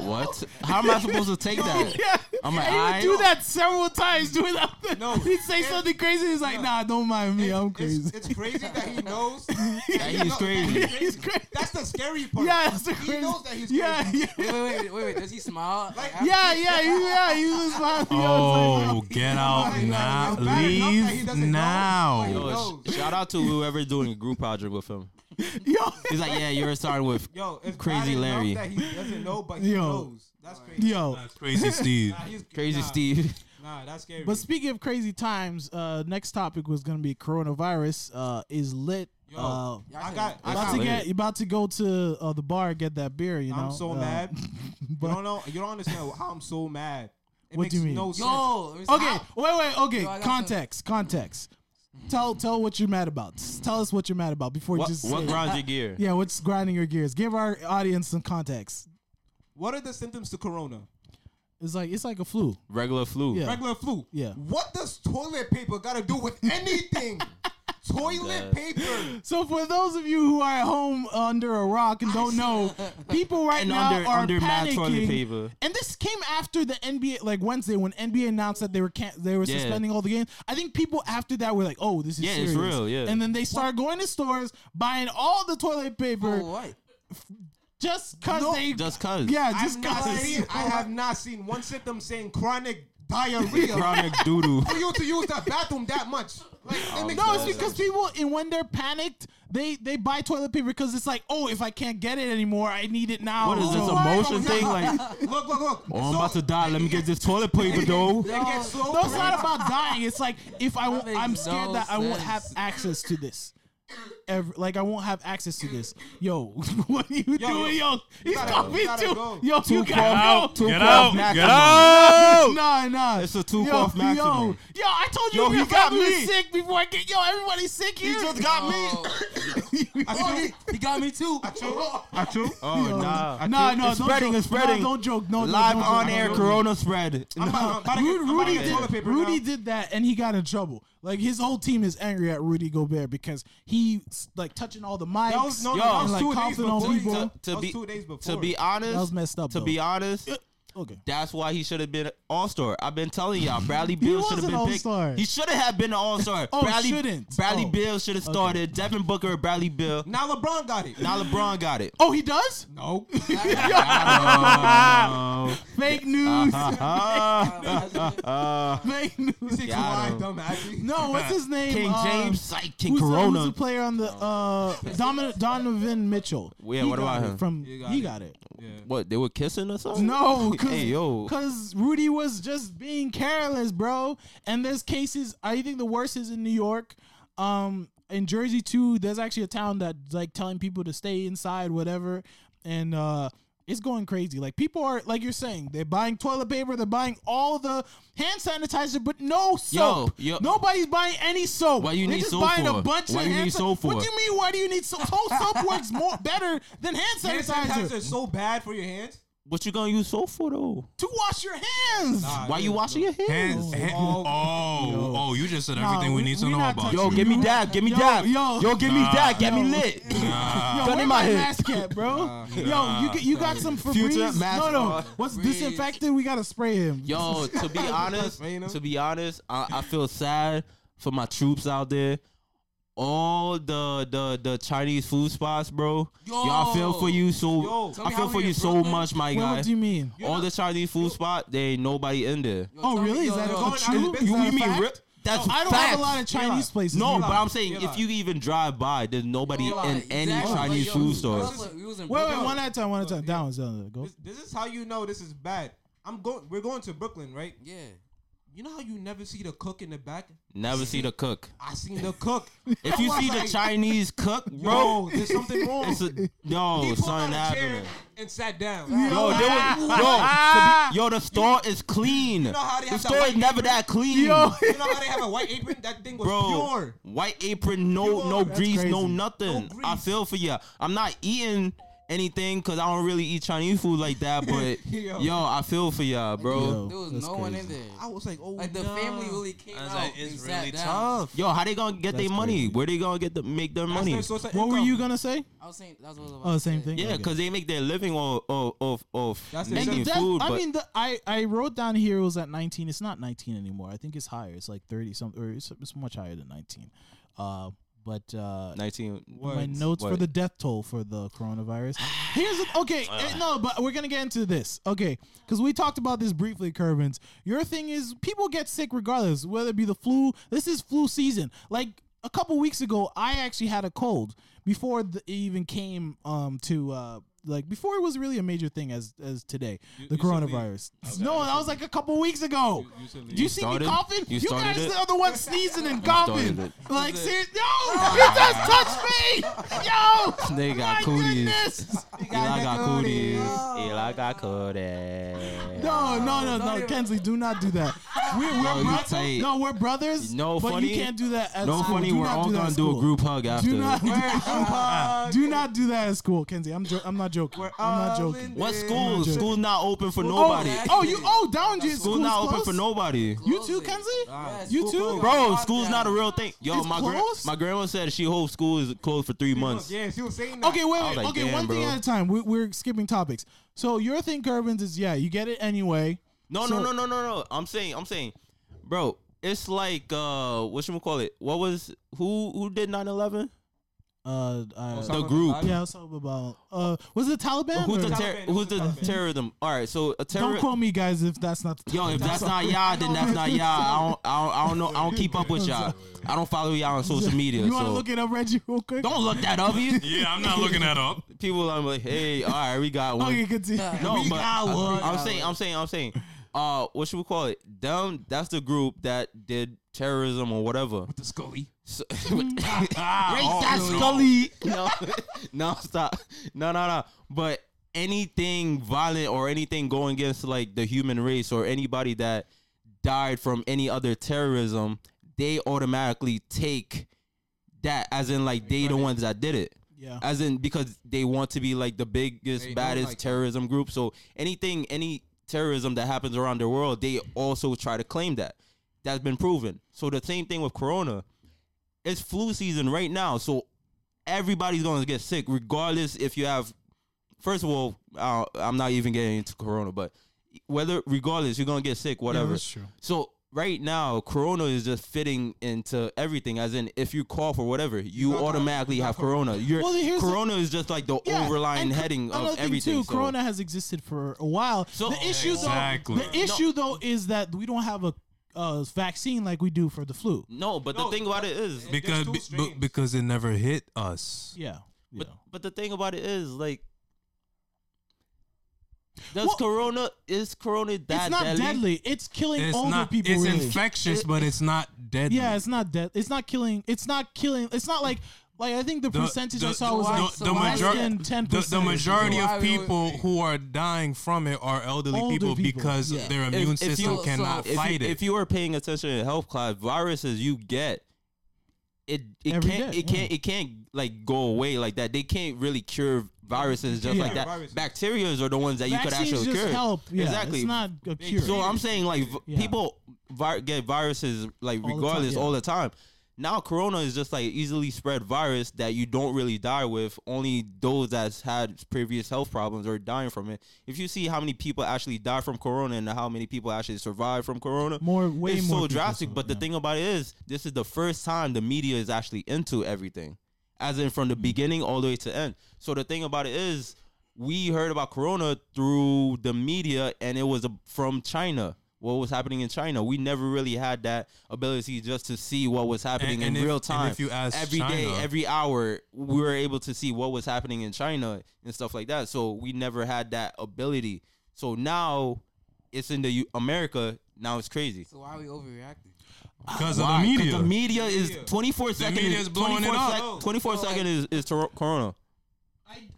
Speaker 1: What? How am I supposed to take that? I'm like,
Speaker 3: And he would
Speaker 1: I
Speaker 3: do that several times. Do that.
Speaker 5: No.
Speaker 3: he'd say something crazy. He's like, "Nah, don't mind me.
Speaker 5: It's-
Speaker 3: I'm
Speaker 5: it's-
Speaker 3: crazy."
Speaker 5: It's, crazy that he knows that
Speaker 1: that he's crazy.
Speaker 3: he's crazy.
Speaker 5: That's the scary part.
Speaker 3: Yeah, that's the
Speaker 5: he
Speaker 3: crazy.
Speaker 5: knows that he's crazy.
Speaker 3: yeah, yeah,
Speaker 6: Wait, wait, wait, wait, wait. Does he smile?
Speaker 5: Like,
Speaker 6: after-
Speaker 3: yeah, yeah, he, yeah. He was smiling. I was like,
Speaker 4: Oh, get out
Speaker 5: Like,
Speaker 4: now.
Speaker 5: it's bad enough that he
Speaker 4: Leave
Speaker 5: doesn't know, but he
Speaker 4: now.
Speaker 1: Yo,
Speaker 5: knows.
Speaker 1: sh- shout out to whoever's doing a group project with him. He's like, yeah, you're starting with.
Speaker 5: Yo, it's
Speaker 1: Crazy
Speaker 5: bad enough
Speaker 1: Larry.
Speaker 5: That he doesn't know, but he
Speaker 3: Yo.
Speaker 5: knows. That's crazy.
Speaker 3: yo, yo.
Speaker 4: That's crazy, Steve.
Speaker 5: Nah, he's,
Speaker 1: Crazy
Speaker 5: nah,
Speaker 1: Steve.
Speaker 5: Nah, that's scary.
Speaker 3: But speaking of crazy times, uh, next topic was gonna be coronavirus. Uh, is lit.
Speaker 5: Yo,
Speaker 3: uh,
Speaker 5: I got. I
Speaker 1: That's
Speaker 3: about
Speaker 5: got
Speaker 3: to
Speaker 1: lit.
Speaker 3: get, about to go to uh, the bar and get that beer. You know,
Speaker 5: I'm so
Speaker 3: Uh,
Speaker 5: mad. you don't know. You don't understand how I'm so mad. It
Speaker 3: What
Speaker 5: makes
Speaker 3: do you mean?
Speaker 5: no sense.
Speaker 6: Yo, it's
Speaker 3: Okay,
Speaker 6: out.
Speaker 3: wait, wait, okay.
Speaker 6: I got
Speaker 3: context, context. Tell tell what you're mad about. S- Tell us what you're mad about before
Speaker 1: What,
Speaker 3: you just
Speaker 1: what
Speaker 3: say-
Speaker 1: grinds your gear?
Speaker 3: Yeah, what's grinding your gears? Give our audience some context.
Speaker 5: What are the symptoms to corona?
Speaker 3: It's like it's like a flu.
Speaker 1: Regular flu.
Speaker 3: Yeah.
Speaker 5: Regular flu.
Speaker 3: Yeah.
Speaker 5: What does toilet paper got to do with anything?
Speaker 1: dead.
Speaker 5: toilet paper.
Speaker 3: So for those of you who are at home under a rock and don't know, people right
Speaker 1: And
Speaker 3: now
Speaker 1: under-
Speaker 3: are
Speaker 1: under mad
Speaker 3: panicking.
Speaker 1: toilet paper.
Speaker 3: And this came after the NBA, like Wednesday when NBA announced that they were can- they were
Speaker 1: Yeah.
Speaker 3: suspending all the games. I think people after that were like, "Oh, this is
Speaker 1: Yeah, it's
Speaker 3: serious.
Speaker 1: real, yeah.
Speaker 3: And then they started going to stores buying all the toilet paper
Speaker 6: Oh, what?
Speaker 3: just cause they
Speaker 1: Just cause.
Speaker 3: yeah
Speaker 5: I've
Speaker 3: just
Speaker 5: not
Speaker 3: cause.
Speaker 5: seen, I have not seen one symptom saying chronic diarrhea
Speaker 1: Chronic doodoo.
Speaker 5: for you to use the bathroom that much. Like, it makes
Speaker 3: Oh, No, it's
Speaker 5: sense.
Speaker 3: because people, and when they're panicked, they they buy toilet paper because it's like, oh, if I can't get it anymore, I need it now.
Speaker 1: What is this
Speaker 3: Oh,
Speaker 1: emotion thing? Like,
Speaker 5: Look, look, look.
Speaker 1: oh, I'm
Speaker 5: So-
Speaker 1: about to die. Let me get this toilet paper though.
Speaker 5: It gets so
Speaker 3: No, it's
Speaker 5: crazy.
Speaker 3: not about dying. It's like if I,
Speaker 6: That makes
Speaker 3: I'm scared
Speaker 6: no
Speaker 3: that I won't have
Speaker 6: sense.
Speaker 3: access to this. ever like I won't have access to this. Yo, what are you doing? Yo, he's
Speaker 5: gotta-
Speaker 3: coming
Speaker 5: you gotta
Speaker 3: too.
Speaker 5: go.
Speaker 3: Yo, you
Speaker 1: Get
Speaker 3: gotta
Speaker 1: out,
Speaker 3: go.
Speaker 1: two
Speaker 4: Get
Speaker 1: cough
Speaker 4: out! Get
Speaker 1: maximum.
Speaker 4: out!
Speaker 3: Nah, nah.
Speaker 1: It's a two
Speaker 3: yo,
Speaker 1: cough maximum.
Speaker 3: Yo, yo, I told you
Speaker 1: Yo,
Speaker 3: we
Speaker 1: he
Speaker 3: were
Speaker 1: got
Speaker 3: got me
Speaker 1: me.
Speaker 3: sick before I get. Yo, everybody's sick here.
Speaker 1: He just got me.
Speaker 6: Oh, oh, he, he got me too.
Speaker 5: True.
Speaker 1: Oh nah.
Speaker 3: No, nah, no,
Speaker 1: it's
Speaker 3: don't
Speaker 1: spreading,
Speaker 3: joke.
Speaker 1: it's spreading.
Speaker 3: No, don't joke. No, no,
Speaker 1: Live
Speaker 3: don't joke.
Speaker 1: on
Speaker 3: No,
Speaker 1: air
Speaker 3: don't joke.
Speaker 1: corona spread.
Speaker 5: I'm about- I'm about to get-
Speaker 3: Rudy,
Speaker 5: I'm about to
Speaker 3: Rudy,
Speaker 5: get toilet
Speaker 3: did,
Speaker 5: paper
Speaker 3: Rudy
Speaker 5: now.
Speaker 3: did that, and he got in trouble. Like his whole team is angry at Rudy Gobert because he like touching all the mics.
Speaker 5: That was, no,
Speaker 1: Yo,
Speaker 5: no, that was
Speaker 3: like
Speaker 5: two days
Speaker 3: coughing on
Speaker 5: before.
Speaker 3: people.
Speaker 5: To,
Speaker 1: To, to be
Speaker 5: two days before.
Speaker 1: to be
Speaker 3: that was
Speaker 1: honest,
Speaker 3: messed up.
Speaker 1: to
Speaker 3: though.
Speaker 1: be honest,
Speaker 3: okay,
Speaker 1: that's why he should have been all star. I've been telling y'all, Bradley Beal
Speaker 3: was
Speaker 1: should have
Speaker 3: an
Speaker 1: been
Speaker 3: all-star.
Speaker 1: picked. He should have been an all star.
Speaker 3: Oh,
Speaker 1: Bradley,
Speaker 3: shouldn't.
Speaker 1: Bradley
Speaker 3: Oh.
Speaker 1: Beal should have started. Devin Booker, Bradley Beal.
Speaker 5: now LeBron got it.
Speaker 1: Now LeBron got it.
Speaker 3: Oh, he does.
Speaker 5: No.
Speaker 3: Fake news. Fake news.
Speaker 5: See,
Speaker 1: Yeah, I
Speaker 5: Kawhi,
Speaker 1: know.
Speaker 5: dumb actually.
Speaker 3: No, what's his name?
Speaker 1: King
Speaker 3: Uh,
Speaker 1: James, psych, King
Speaker 3: Who's the,
Speaker 1: Corona.
Speaker 3: who's the player on the uh, Domin- Donovan Mitchell?
Speaker 1: Yeah,
Speaker 3: He
Speaker 1: what
Speaker 3: got
Speaker 1: about
Speaker 3: it
Speaker 1: him?
Speaker 3: From
Speaker 5: You got
Speaker 3: he
Speaker 5: it.
Speaker 3: got it.
Speaker 1: What they were kissing or something?
Speaker 3: No,
Speaker 1: Hey, yo.
Speaker 3: because Rudy was just being careless, bro. And there's cases. I think the worst is in New York. Um, in Jersey too. There's actually a town that's like telling people to stay inside, whatever, and uh. It's going crazy. Like people are, like you're saying, they're buying toilet paper, they're buying all the hand sanitizer, but no soap.
Speaker 1: yo.
Speaker 3: Nobody's buying any soap.
Speaker 1: Why you
Speaker 3: they're
Speaker 1: need
Speaker 3: just
Speaker 1: soap
Speaker 3: buying
Speaker 1: for?
Speaker 3: a bunch
Speaker 1: Why
Speaker 3: of
Speaker 1: you
Speaker 3: hand
Speaker 1: need
Speaker 3: san-
Speaker 1: soap for?
Speaker 3: What do you mean? Why do you need soap? Whole soap works more better than hand
Speaker 5: Hand
Speaker 3: sanitizer.
Speaker 5: sanitizer is so bad for your hands.
Speaker 1: What you gonna use soap for though?
Speaker 3: to wash your hands.
Speaker 5: Nah,
Speaker 1: Why you
Speaker 5: yeah.
Speaker 1: washing your hands?
Speaker 4: Hands, hand, oh, oh, you just said
Speaker 3: Nah,
Speaker 4: everything we,
Speaker 3: we-
Speaker 4: need to
Speaker 3: we
Speaker 4: know
Speaker 3: not
Speaker 4: about
Speaker 3: touching
Speaker 1: Yo,
Speaker 4: you.
Speaker 1: give me dab, give me
Speaker 3: Yo,
Speaker 1: dab.
Speaker 3: yo.
Speaker 1: yo, give me
Speaker 4: Nah.
Speaker 1: dab, get me
Speaker 3: Yo.
Speaker 1: lit.
Speaker 4: Nah.
Speaker 3: Yo,
Speaker 1: Gun in
Speaker 3: where
Speaker 1: my
Speaker 3: my
Speaker 1: head.
Speaker 3: mask at, bro? Yo, you get, you got some
Speaker 1: Future
Speaker 3: Febreze?
Speaker 1: mask
Speaker 3: No, no.
Speaker 1: on.
Speaker 3: What's
Speaker 6: Febreze.
Speaker 3: disinfectant? We gotta spray him.
Speaker 1: Yo, to be honest,
Speaker 5: That's, you know?
Speaker 1: to be honest, I, I feel sad for my troops out there. All the the the Chinese food spots, bro.
Speaker 6: Yo.
Speaker 1: Y'all feel for you so.
Speaker 5: Yo.
Speaker 6: Tell
Speaker 1: I
Speaker 6: me
Speaker 1: feel
Speaker 6: how
Speaker 1: for
Speaker 6: we
Speaker 1: you
Speaker 6: in
Speaker 1: so
Speaker 6: Brooklyn?
Speaker 1: much, my
Speaker 3: Wait,
Speaker 1: guy.
Speaker 3: what do you mean?
Speaker 1: All the Chinese food spot, there ain't nobody in there.
Speaker 6: Yo,
Speaker 3: Oh,
Speaker 6: tell me-
Speaker 3: really? Is
Speaker 6: yo,
Speaker 3: that
Speaker 6: yo,
Speaker 3: a-
Speaker 5: Going
Speaker 3: a
Speaker 5: out of
Speaker 3: true?
Speaker 5: business.
Speaker 1: You
Speaker 5: Is that a
Speaker 1: mean
Speaker 5: fact?
Speaker 1: re- that's
Speaker 3: I don't have
Speaker 1: facts.
Speaker 3: a lot of Chinese
Speaker 5: Yeah.
Speaker 3: places.
Speaker 1: No,
Speaker 3: near
Speaker 1: but
Speaker 3: me.
Speaker 1: I'm saying if
Speaker 5: Realize.
Speaker 1: you even drive by, there's nobody
Speaker 6: yo,
Speaker 1: in
Speaker 6: exactly.
Speaker 1: any
Speaker 6: Like,
Speaker 1: Chinese
Speaker 6: yo, we
Speaker 1: food
Speaker 6: was-
Speaker 1: stores.
Speaker 6: we was in
Speaker 3: Wait, wait,
Speaker 6: Brooklyn.
Speaker 3: one at a time, one at a time. Down, down, go.
Speaker 5: This, this is how you know this is bad. I'm going. We're going to Brooklyn, right?
Speaker 6: Yeah.
Speaker 5: You know how you never see the cook in the back.
Speaker 1: Never see the cook.
Speaker 5: I seen the cook.
Speaker 1: If you
Speaker 5: I was
Speaker 1: see the
Speaker 5: like,
Speaker 1: Chinese cook, bro,
Speaker 5: Yo, there's something wrong.
Speaker 1: it's a
Speaker 5: he
Speaker 1: no
Speaker 5: pulled out
Speaker 1: son
Speaker 5: a chair
Speaker 1: happening.
Speaker 5: and sat down.
Speaker 1: Yo, there was, yo, to be- yo, the store is clean.
Speaker 5: how they
Speaker 1: the
Speaker 5: have that
Speaker 1: store is
Speaker 5: white
Speaker 1: never that clean,
Speaker 5: You know how they have a white apron? That thing was
Speaker 1: bro.
Speaker 5: pure.
Speaker 1: White apron, no,
Speaker 5: Pure.
Speaker 1: no
Speaker 5: That's
Speaker 1: grease, no
Speaker 3: crazy.
Speaker 1: nothing.
Speaker 5: No
Speaker 1: I
Speaker 5: grease.
Speaker 1: feel for you. I'm not eating anything because I don't really eat Chinese food like that. But yo,
Speaker 5: Yo.
Speaker 1: I feel for y'all, bro.
Speaker 6: There was
Speaker 3: That's
Speaker 6: no one in
Speaker 3: crazy.
Speaker 6: there.
Speaker 5: I was like, oh,
Speaker 6: Like the
Speaker 5: nah.
Speaker 6: family really came
Speaker 4: I was
Speaker 6: out
Speaker 4: like,
Speaker 6: and
Speaker 4: it's
Speaker 6: sat
Speaker 4: really
Speaker 6: down.
Speaker 4: tough.
Speaker 1: Yo, how they gonna get
Speaker 3: That's
Speaker 1: their money?
Speaker 3: crazy.
Speaker 1: Where they gonna get the make their
Speaker 5: That's
Speaker 1: money?
Speaker 5: their source of
Speaker 3: What were
Speaker 5: income.
Speaker 3: you gonna say?
Speaker 6: I was saying that was what I was
Speaker 3: Oh,
Speaker 6: about to
Speaker 3: same
Speaker 6: say.
Speaker 3: thing.
Speaker 1: Yeah,
Speaker 3: Okay.
Speaker 1: because they make their living off off off, off
Speaker 5: That's the
Speaker 1: making
Speaker 5: exact-
Speaker 3: That-
Speaker 1: food.
Speaker 3: I
Speaker 1: but
Speaker 3: mean, the, I I wrote down here it was at 19. It's not 19 anymore. I think it's higher. It's like 30 something, or it's, it's much higher than 19. Uh, but uh,
Speaker 1: nineteen.
Speaker 3: my notes for
Speaker 1: What?
Speaker 3: the death toll for the coronavirus. Here's the, okay, eh, no, but we're gonna get into this, okay? Because we talked about this briefly, Kerbins. Your thing is people get sick regardless, whether it be the flu. This is flu season. Like a couple weeks ago, I actually had a cold before the, it even came um to. Uh, like before, it was really a major thing as as today, the coronavirus. No, that was like a couple weeks ago. Did you see
Speaker 1: started-
Speaker 3: me coughing?
Speaker 1: you
Speaker 3: You,
Speaker 1: started
Speaker 3: guys
Speaker 1: it?
Speaker 3: the other one sneezing and coughing.
Speaker 1: started
Speaker 3: Like seriously, yo,
Speaker 5: Oh.
Speaker 3: he just touched me, yo.
Speaker 1: They got
Speaker 3: Oh My
Speaker 1: cooties.
Speaker 3: goodness!
Speaker 1: Eli got cooties. Eli got cooties.
Speaker 3: No, no, no, no, Kensley, do not do that. We're,
Speaker 1: Yo,
Speaker 3: we're
Speaker 1: you
Speaker 3: brothers.
Speaker 1: tight.
Speaker 3: No, we're brothers.
Speaker 1: No
Speaker 3: but
Speaker 1: funny-
Speaker 3: you can't do that at
Speaker 1: No
Speaker 3: school.
Speaker 1: funny.
Speaker 3: Do
Speaker 1: We're
Speaker 3: not
Speaker 1: all
Speaker 3: do that
Speaker 1: gonna
Speaker 3: at
Speaker 1: do a
Speaker 3: school.
Speaker 1: group hug after.
Speaker 3: Do not,
Speaker 5: hug.
Speaker 3: do not do that at school, Kenzie. I'm, jo- I'm not joking. I'm not
Speaker 5: all
Speaker 3: joking.
Speaker 5: in
Speaker 1: what
Speaker 5: Yeah.
Speaker 1: school?
Speaker 3: Not joking.
Speaker 1: School's not open for
Speaker 3: Oh,
Speaker 1: nobody.
Speaker 6: yeah.
Speaker 3: Oh, you. Oh, down. School's,
Speaker 1: School's
Speaker 3: school's
Speaker 1: not open
Speaker 3: closed?
Speaker 1: for nobody.
Speaker 3: You too,
Speaker 6: Closed it.
Speaker 3: Kenzie?
Speaker 6: Yes,
Speaker 3: You
Speaker 6: school
Speaker 3: too?
Speaker 6: closed.
Speaker 1: Bro,
Speaker 6: Lockdown.
Speaker 1: school's not a real thing. Yo,
Speaker 3: It's
Speaker 1: my gra-
Speaker 3: closed?
Speaker 1: my grandma said she whole school is closed for three months.
Speaker 5: Yeah, she was saying that.
Speaker 3: Okay, wait,
Speaker 1: I was
Speaker 3: wait.
Speaker 1: like,
Speaker 3: okay,
Speaker 1: damn,
Speaker 3: one thing
Speaker 1: bro.
Speaker 3: at a time. We, we're skipping topics. So your thing, Kerbins, is yeah, you get it anyway.
Speaker 1: No,
Speaker 3: So-
Speaker 1: no, no, no, no, no. I'm saying, I'm saying, bro. It's like uh, what should we call it? What was who who did 9/11?
Speaker 3: Uh, uh
Speaker 1: The group.
Speaker 3: yeah, what's up about? Uh, was it Taliban?
Speaker 1: Who's
Speaker 3: or-
Speaker 1: the ter-
Speaker 5: Taliban,
Speaker 1: who's
Speaker 5: it
Speaker 1: the
Speaker 5: was Taliban.
Speaker 1: terrorism? All right, so a
Speaker 3: Don't
Speaker 1: terrorist.
Speaker 3: quote me, guys, if that's not. The
Speaker 1: Yo, if that's not y'all, then that's not y'all. I don't, I don't, I don't know. I don't keep up with y'all. I don't follow y'all on social media.
Speaker 3: you want to
Speaker 1: So
Speaker 3: look it up, Reggie, real quick?
Speaker 1: don't look that up. You
Speaker 4: Yeah, I'm not looking that up.
Speaker 1: people are like, hey, all right, we got one.
Speaker 3: Okay, continue.
Speaker 1: No, but
Speaker 3: got one.
Speaker 1: I, am saying, I'm saying, I'm saying. Uh, what should we call it? Them. That's the group that did terrorism or whatever.
Speaker 5: the Scully.
Speaker 1: So,
Speaker 4: Ah,
Speaker 2: that
Speaker 4: oh,
Speaker 1: Scully. No, no, stop. No, no, no. But anything violent or anything going against like the human race or anybody that died from any other terrorism, they automatically take that as in like they the ones that did it.
Speaker 3: Yeah.
Speaker 1: As in because they want to be like the biggest,
Speaker 5: They don't
Speaker 1: baddest
Speaker 5: like that.
Speaker 1: terrorism group. So anything, any terrorism that happens around the world, they also try to claim that. That's been proven. So the same thing with corona. It's flu season right now, so everybody's going to get sick, regardless if you have. First of all, uh, I'm not even getting into corona, but whether regardless you're going to get sick, whatever.
Speaker 3: that's true.
Speaker 1: So right now, corona is just fitting into everything. As in, if you call for whatever, you
Speaker 5: not-
Speaker 1: automatically
Speaker 5: you're
Speaker 1: have
Speaker 5: not corona.
Speaker 1: corona. You're,
Speaker 3: Well, then here's the-
Speaker 1: corona is just like the overlying
Speaker 3: and co-
Speaker 1: heading
Speaker 3: another
Speaker 1: of
Speaker 3: thing,
Speaker 1: everything.
Speaker 3: Too,
Speaker 1: so-
Speaker 3: Corona has existed for a while.
Speaker 1: So-
Speaker 3: the issue,
Speaker 4: Exactly.
Speaker 3: though, the issue though, is that we don't have a uh, vaccine like we do for the flu.
Speaker 1: No, but the
Speaker 5: No,
Speaker 1: thing about it is,
Speaker 5: it-
Speaker 4: because
Speaker 5: two
Speaker 4: be-
Speaker 5: strains.
Speaker 4: be- because it never hit us.
Speaker 3: Yeah.
Speaker 1: but,
Speaker 3: Yeah.
Speaker 1: but the thing about it is like. Does
Speaker 3: Well-
Speaker 1: corona is corona that
Speaker 3: it's not
Speaker 1: deadly?
Speaker 3: deadly. It's killing
Speaker 4: It's
Speaker 3: older
Speaker 4: not.
Speaker 3: people.
Speaker 4: It's
Speaker 3: really.
Speaker 4: infectious, but it's not deadly.
Speaker 3: Yeah, it's not dead. It's not killing. It's not killing. It's not like like I think the, percentage I saw was
Speaker 4: the-
Speaker 3: like
Speaker 4: the
Speaker 6: so why
Speaker 3: less
Speaker 4: major-
Speaker 3: than ten
Speaker 4: the,
Speaker 3: percent.
Speaker 4: the majority
Speaker 6: Why
Speaker 4: of
Speaker 6: we would-
Speaker 4: people who are dying from it are elderly
Speaker 3: Older
Speaker 4: people,
Speaker 3: people,
Speaker 4: because
Speaker 3: yeah.
Speaker 4: their immune
Speaker 1: if you-
Speaker 4: system
Speaker 1: so-
Speaker 4: cannot
Speaker 1: if you-
Speaker 4: fight
Speaker 1: if you,
Speaker 4: it.
Speaker 1: were paying attention in health class, viruses you get it it
Speaker 3: Every
Speaker 1: can't
Speaker 3: day,
Speaker 1: it can't it can't like go away like that. They can't really cure viruses just like
Speaker 5: cure
Speaker 1: that.
Speaker 5: viruses.
Speaker 1: Bacterias are the ones that you could
Speaker 3: Vaccines
Speaker 1: actually
Speaker 3: just
Speaker 1: cure.
Speaker 3: help. Yeah,
Speaker 1: exactly.
Speaker 3: It's not a cure.
Speaker 1: so I'm saying like v-
Speaker 3: Yeah.
Speaker 1: people vi- get viruses like
Speaker 3: the time,
Speaker 1: regardless
Speaker 3: yeah.
Speaker 1: all the time. Now corona is just like easily spread virus that you don't really die with. Only those that's had previous health problems are dying from it. If you see how many people actually die from corona and how many people actually survive from corona,
Speaker 3: More- way
Speaker 1: it's so
Speaker 3: more people
Speaker 1: drastic.
Speaker 3: so,
Speaker 1: but the
Speaker 3: yeah.
Speaker 1: thing about it is, this is the first time the media is actually into everything, as in
Speaker 4: Mm.
Speaker 1: from the beginning all the way to end. So the thing about it is, we heard about Corona through the media, and it was uh, from China. What was happening in China? We never really had that ability just to see what was happening
Speaker 4: and
Speaker 1: in
Speaker 4: if-
Speaker 1: real
Speaker 4: and if
Speaker 1: time.
Speaker 4: you ask
Speaker 1: every day,
Speaker 4: China-
Speaker 1: every hour, we were able to see what was happening in China and stuff like that. So we never had that ability. So now it's in the U- America. Now it's crazy.
Speaker 6: So why are we overreacting?
Speaker 4: because of the
Speaker 1: Why? 'Cause
Speaker 4: media.
Speaker 1: The media is 24 seconds.
Speaker 4: media is blowing it
Speaker 1: 24
Speaker 4: up.
Speaker 1: sec- 24
Speaker 6: So, like-
Speaker 1: second is, is tor- Corona.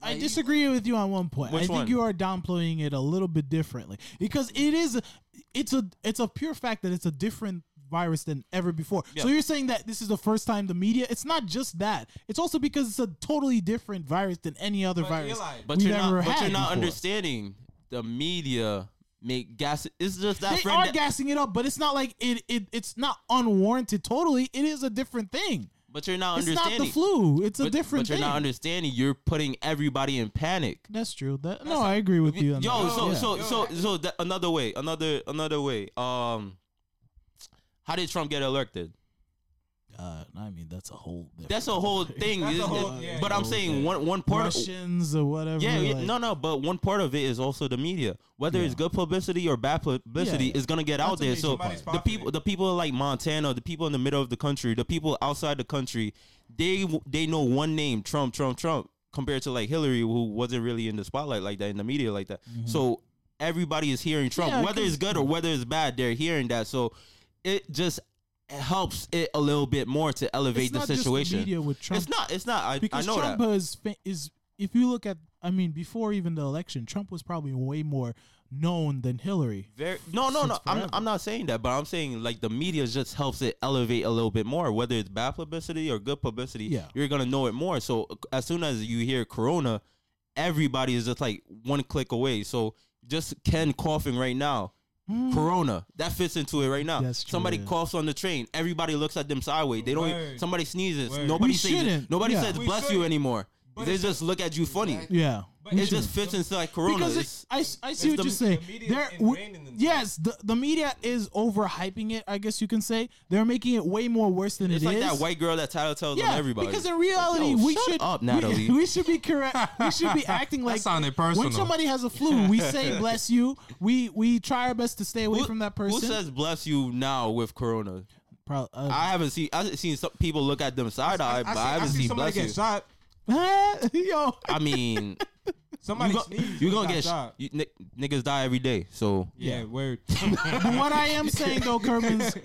Speaker 3: I disagree with you on one point.
Speaker 1: Which
Speaker 3: I think
Speaker 1: one?
Speaker 3: you are downplaying it a little bit differently because it is it's a it's a pure fact that it's a different virus than ever before. So
Speaker 1: Yeah.
Speaker 3: you're saying that this is the first time the media it's not just that. It's also because it's a totally different virus than any other
Speaker 5: But
Speaker 3: virus.
Speaker 5: Eli-
Speaker 1: But
Speaker 3: we've
Speaker 1: you're
Speaker 3: ever
Speaker 1: not, but
Speaker 3: had
Speaker 1: you're not
Speaker 3: before.
Speaker 1: understanding the media make gas. It's just that
Speaker 3: They
Speaker 1: friend.
Speaker 3: are
Speaker 1: that-
Speaker 3: gassing it up, but it's not like it, it it's not unwarranted totally. It is a different thing.
Speaker 1: but you're not
Speaker 3: It's not
Speaker 1: understanding.
Speaker 3: the flu. It's a
Speaker 1: but,
Speaker 3: different
Speaker 1: But you're
Speaker 3: thing.
Speaker 1: not understanding. You're putting everybody in panic.
Speaker 3: That's true. That, no, I agree with you.
Speaker 1: Yo,
Speaker 3: on that.
Speaker 1: so
Speaker 3: Yeah.
Speaker 1: so so so that, another way, another another way. Um, how did Trump get elected?
Speaker 3: Uh, I mean, that's a whole.
Speaker 1: That's a whole thing.
Speaker 5: That's a
Speaker 1: It-
Speaker 5: whole-
Speaker 1: it-
Speaker 5: yeah,
Speaker 1: but I'm
Speaker 3: yeah.
Speaker 1: saying one one part.
Speaker 3: Russians or whatever.
Speaker 1: Yeah, yeah,
Speaker 3: like-
Speaker 1: no, no, but one part of it is also the media. Whether it's good publicity or bad publicity,
Speaker 3: Yeah, yeah.
Speaker 1: is gonna get out
Speaker 3: That's a
Speaker 1: there.
Speaker 3: major
Speaker 1: So
Speaker 5: part.
Speaker 1: the people, the people like Montana, the people in the middle of the country, the people outside the country, they they know one name: Trump, Trump, Trump. Compared to like Hillary, who wasn't really in the spotlight like that in the media like that. So everybody is hearing Trump,
Speaker 3: Mm-hmm. Yeah,
Speaker 1: whether it's good or whether it's bad, they're hearing that. So it just helps it a little bit more to elevate
Speaker 3: It's
Speaker 1: the
Speaker 3: not just
Speaker 1: situation.
Speaker 3: media with Trump.
Speaker 1: It's not. It's not. I,
Speaker 3: because
Speaker 1: I know
Speaker 3: Trump
Speaker 1: that.
Speaker 3: is fa- is if you look at, I mean, before even the election, Trump was probably way more known than Hillary.
Speaker 1: Very, no, no, no.
Speaker 3: Since
Speaker 1: I'm,
Speaker 3: forever.
Speaker 1: I'm not saying that, but I'm saying like the media just helps it elevate a little bit more. Whether it's bad publicity or good publicity,
Speaker 3: Yeah.
Speaker 1: you're gonna know it more. So as soon as you hear Corona, everybody is just like one click away. So just Ken coughing right now, Corona that fits into it right now.
Speaker 3: Hmm. That's true,
Speaker 1: somebody
Speaker 3: yeah.
Speaker 1: coughs on the train, everybody looks at them sideways. They don't. e-,
Speaker 5: Word.
Speaker 1: Somebody sneezes,
Speaker 5: Word.
Speaker 1: nobody
Speaker 3: We
Speaker 1: says
Speaker 3: shouldn't,
Speaker 1: nobody
Speaker 3: yeah.
Speaker 1: says
Speaker 5: We
Speaker 1: bless you
Speaker 5: shouldn't,
Speaker 1: anymore.
Speaker 5: but
Speaker 1: They
Speaker 5: it's-
Speaker 1: just look at you funny.
Speaker 6: Exactly.
Speaker 3: Yeah.
Speaker 5: But
Speaker 3: we
Speaker 1: It
Speaker 5: it's
Speaker 3: should.
Speaker 1: just fits inside Corona.
Speaker 3: because
Speaker 1: It's-
Speaker 3: it, I, s- I see
Speaker 1: it's
Speaker 3: what
Speaker 1: the-
Speaker 3: you're saying.
Speaker 5: the media's
Speaker 3: There, w-
Speaker 5: ingraining themselves.
Speaker 3: yes, the, the media is overhyping it. I guess you can say they're making it way more worse than
Speaker 1: it's
Speaker 3: it
Speaker 1: like
Speaker 3: is.
Speaker 1: that white girl that Tyler tells
Speaker 3: yeah,
Speaker 1: on everybody.
Speaker 3: because in reality,
Speaker 1: Yo,
Speaker 3: we
Speaker 1: shut
Speaker 3: should
Speaker 1: up,
Speaker 3: we-
Speaker 1: Natalie.
Speaker 3: We, should be correct. We should be acting like
Speaker 4: sounded personal.
Speaker 3: When somebody has a flu, we say "bless you." We we try our best to stay away from that person.
Speaker 1: Who says bless you now with Corona?
Speaker 3: Pro- uh,
Speaker 1: I haven't seen. I have seen some people look at them side eye, but I,
Speaker 5: I, see,
Speaker 1: haven't
Speaker 5: I see
Speaker 1: seen
Speaker 5: somebody
Speaker 1: bless you.
Speaker 5: get shot.
Speaker 3: Yo,
Speaker 1: I mean,
Speaker 5: Somebody
Speaker 1: you go-
Speaker 5: sneeze.
Speaker 1: You
Speaker 5: it's
Speaker 1: gonna
Speaker 5: not
Speaker 1: get sh-
Speaker 5: shot.
Speaker 1: you, ni- niggas die every day. So
Speaker 5: Yeah, word.
Speaker 3: But what I am saying though, Kermans,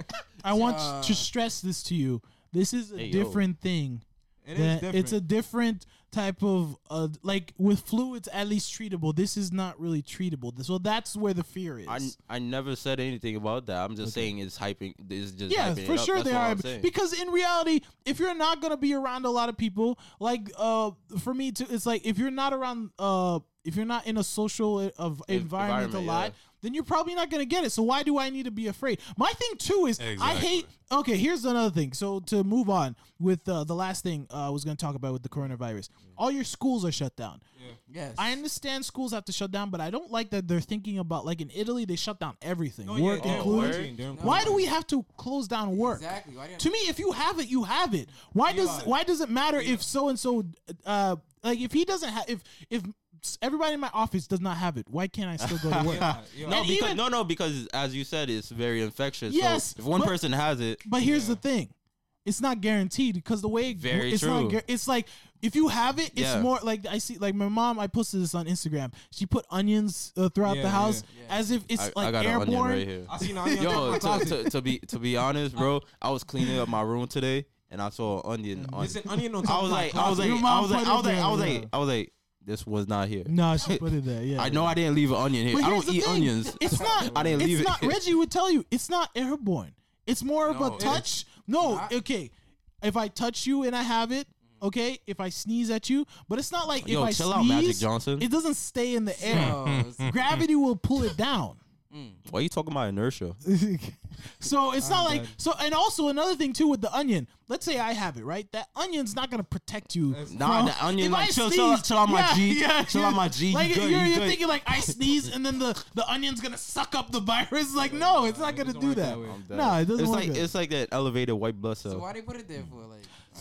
Speaker 3: I want to stress this to you. This is a
Speaker 1: Hey, yo.
Speaker 3: different thing. that
Speaker 5: It is different.
Speaker 3: It's a different type of uh, like with flu. It's at least treatable. This is not really treatable. So that's where the fear is.
Speaker 1: I, I never said anything about that. I'm just saying it's hyping. It's just
Speaker 3: yeah,
Speaker 1: hyping it
Speaker 3: for
Speaker 1: up.
Speaker 3: sure
Speaker 1: That's
Speaker 3: they
Speaker 1: all
Speaker 3: are.
Speaker 1: I'm saying.
Speaker 3: Because in reality, if you're not gonna be around a lot of people, like uh, for me too, it's like if you're not around uh, if you're not in a social uh, of environment,
Speaker 1: environment,
Speaker 3: a lot,
Speaker 1: yeah.
Speaker 3: then you're probably not gonna get it. So why do I need to be afraid? My thing too is I
Speaker 4: Exactly.
Speaker 3: hate. Okay, here's another thing. So to move on with uh, the last thing uh, I was gonna talk about with the coronavirus, all your schools are shut down.
Speaker 6: Yes.
Speaker 3: I understand schools have to shut down, but I don't like that they're thinking about like in Italy they shut down everything,
Speaker 1: Oh,
Speaker 5: No,
Speaker 3: work
Speaker 5: yeah, they're
Speaker 3: included.
Speaker 5: quarantined, they're in
Speaker 3: Why do we have to close down work?
Speaker 6: Exactly. Why didn't
Speaker 3: To me, if you have it, you have it. Why does
Speaker 5: Eli.
Speaker 3: why does it matter if so and so uh like if he doesn't have if if s- everybody in my office does not have it, why can't I still go to work?
Speaker 5: Yeah, yeah.
Speaker 1: no,
Speaker 3: and
Speaker 1: because
Speaker 3: even-
Speaker 1: no, no, because as you said, it's very infectious.
Speaker 3: Yes,
Speaker 1: so if one
Speaker 3: but-
Speaker 1: person has it,
Speaker 3: But here's the thing. It's not guaranteed because the way it-
Speaker 1: Very
Speaker 3: it's not
Speaker 1: true.
Speaker 3: guar- it's like if you have it, it's
Speaker 1: Yeah.
Speaker 3: more like I see like my mom. I posted this on Instagram. She put onions uh, throughout
Speaker 5: Yeah,
Speaker 3: the house
Speaker 6: yeah, yeah.
Speaker 3: as if it's
Speaker 1: I,
Speaker 3: like
Speaker 1: I got an onion
Speaker 3: airborne.
Speaker 1: right here.
Speaker 5: I seen an onion on
Speaker 1: Yo,
Speaker 5: my
Speaker 1: to,
Speaker 5: closet.
Speaker 1: to, to be to be honest, bro, I was cleaning up my room today and I saw an onion on.
Speaker 5: It's an onion on top
Speaker 1: I was
Speaker 5: of my
Speaker 1: like, I was
Speaker 5: closet.
Speaker 1: like,
Speaker 3: Your
Speaker 1: I
Speaker 3: mom
Speaker 1: was like,
Speaker 3: put
Speaker 1: I
Speaker 3: it
Speaker 1: was like, I
Speaker 3: there,
Speaker 1: was
Speaker 3: yeah.
Speaker 1: like, I was like, this was not here.
Speaker 3: No, she put it there. Yeah,
Speaker 1: I know I didn't leave an onion here.
Speaker 3: But
Speaker 1: I
Speaker 3: here's
Speaker 1: don't
Speaker 3: the
Speaker 1: eat
Speaker 3: thing.
Speaker 1: onions.
Speaker 3: It's not.
Speaker 1: I didn't
Speaker 3: it's
Speaker 1: leave it.
Speaker 3: not. Reggie would tell you it's not airborne. It's more of
Speaker 4: No,
Speaker 3: a
Speaker 4: it's
Speaker 3: touch. No,
Speaker 6: not.
Speaker 3: okay. If I touch you and I have it, okay. If I sneeze at you, but it's not like
Speaker 1: Yo,
Speaker 3: if I
Speaker 1: chill
Speaker 3: sneeze,
Speaker 1: out, Magic Johnson.
Speaker 3: it doesn't stay in the air.
Speaker 6: Oh, it's-
Speaker 3: Gravity will pull it down.
Speaker 1: Why are you talking about inertia?
Speaker 3: so it's not like so. And also another thing too with the onion. Let's say I have it right. That onion's not gonna protect you.
Speaker 1: Nah,
Speaker 3: from-
Speaker 1: the onion
Speaker 3: if
Speaker 1: like
Speaker 3: I
Speaker 1: chill, chill,
Speaker 3: sneeze-
Speaker 1: chill out my
Speaker 3: yeah,
Speaker 1: G,
Speaker 3: yeah,
Speaker 1: chill
Speaker 3: yeah.
Speaker 1: out my G. You
Speaker 3: Like
Speaker 1: good,
Speaker 3: you're,
Speaker 1: you
Speaker 3: you're
Speaker 1: good.
Speaker 3: thinking like I sneeze and then the, the onion's gonna suck up the virus. Like no, it's not gonna
Speaker 5: doesn't
Speaker 3: do
Speaker 5: work
Speaker 3: that.
Speaker 5: that way. I'm
Speaker 1: That-
Speaker 3: No, it doesn't
Speaker 1: It's
Speaker 3: work.
Speaker 1: like
Speaker 3: that way.
Speaker 1: it's like that elevated white blood
Speaker 6: So
Speaker 1: cell.
Speaker 6: why they put it there for? Like,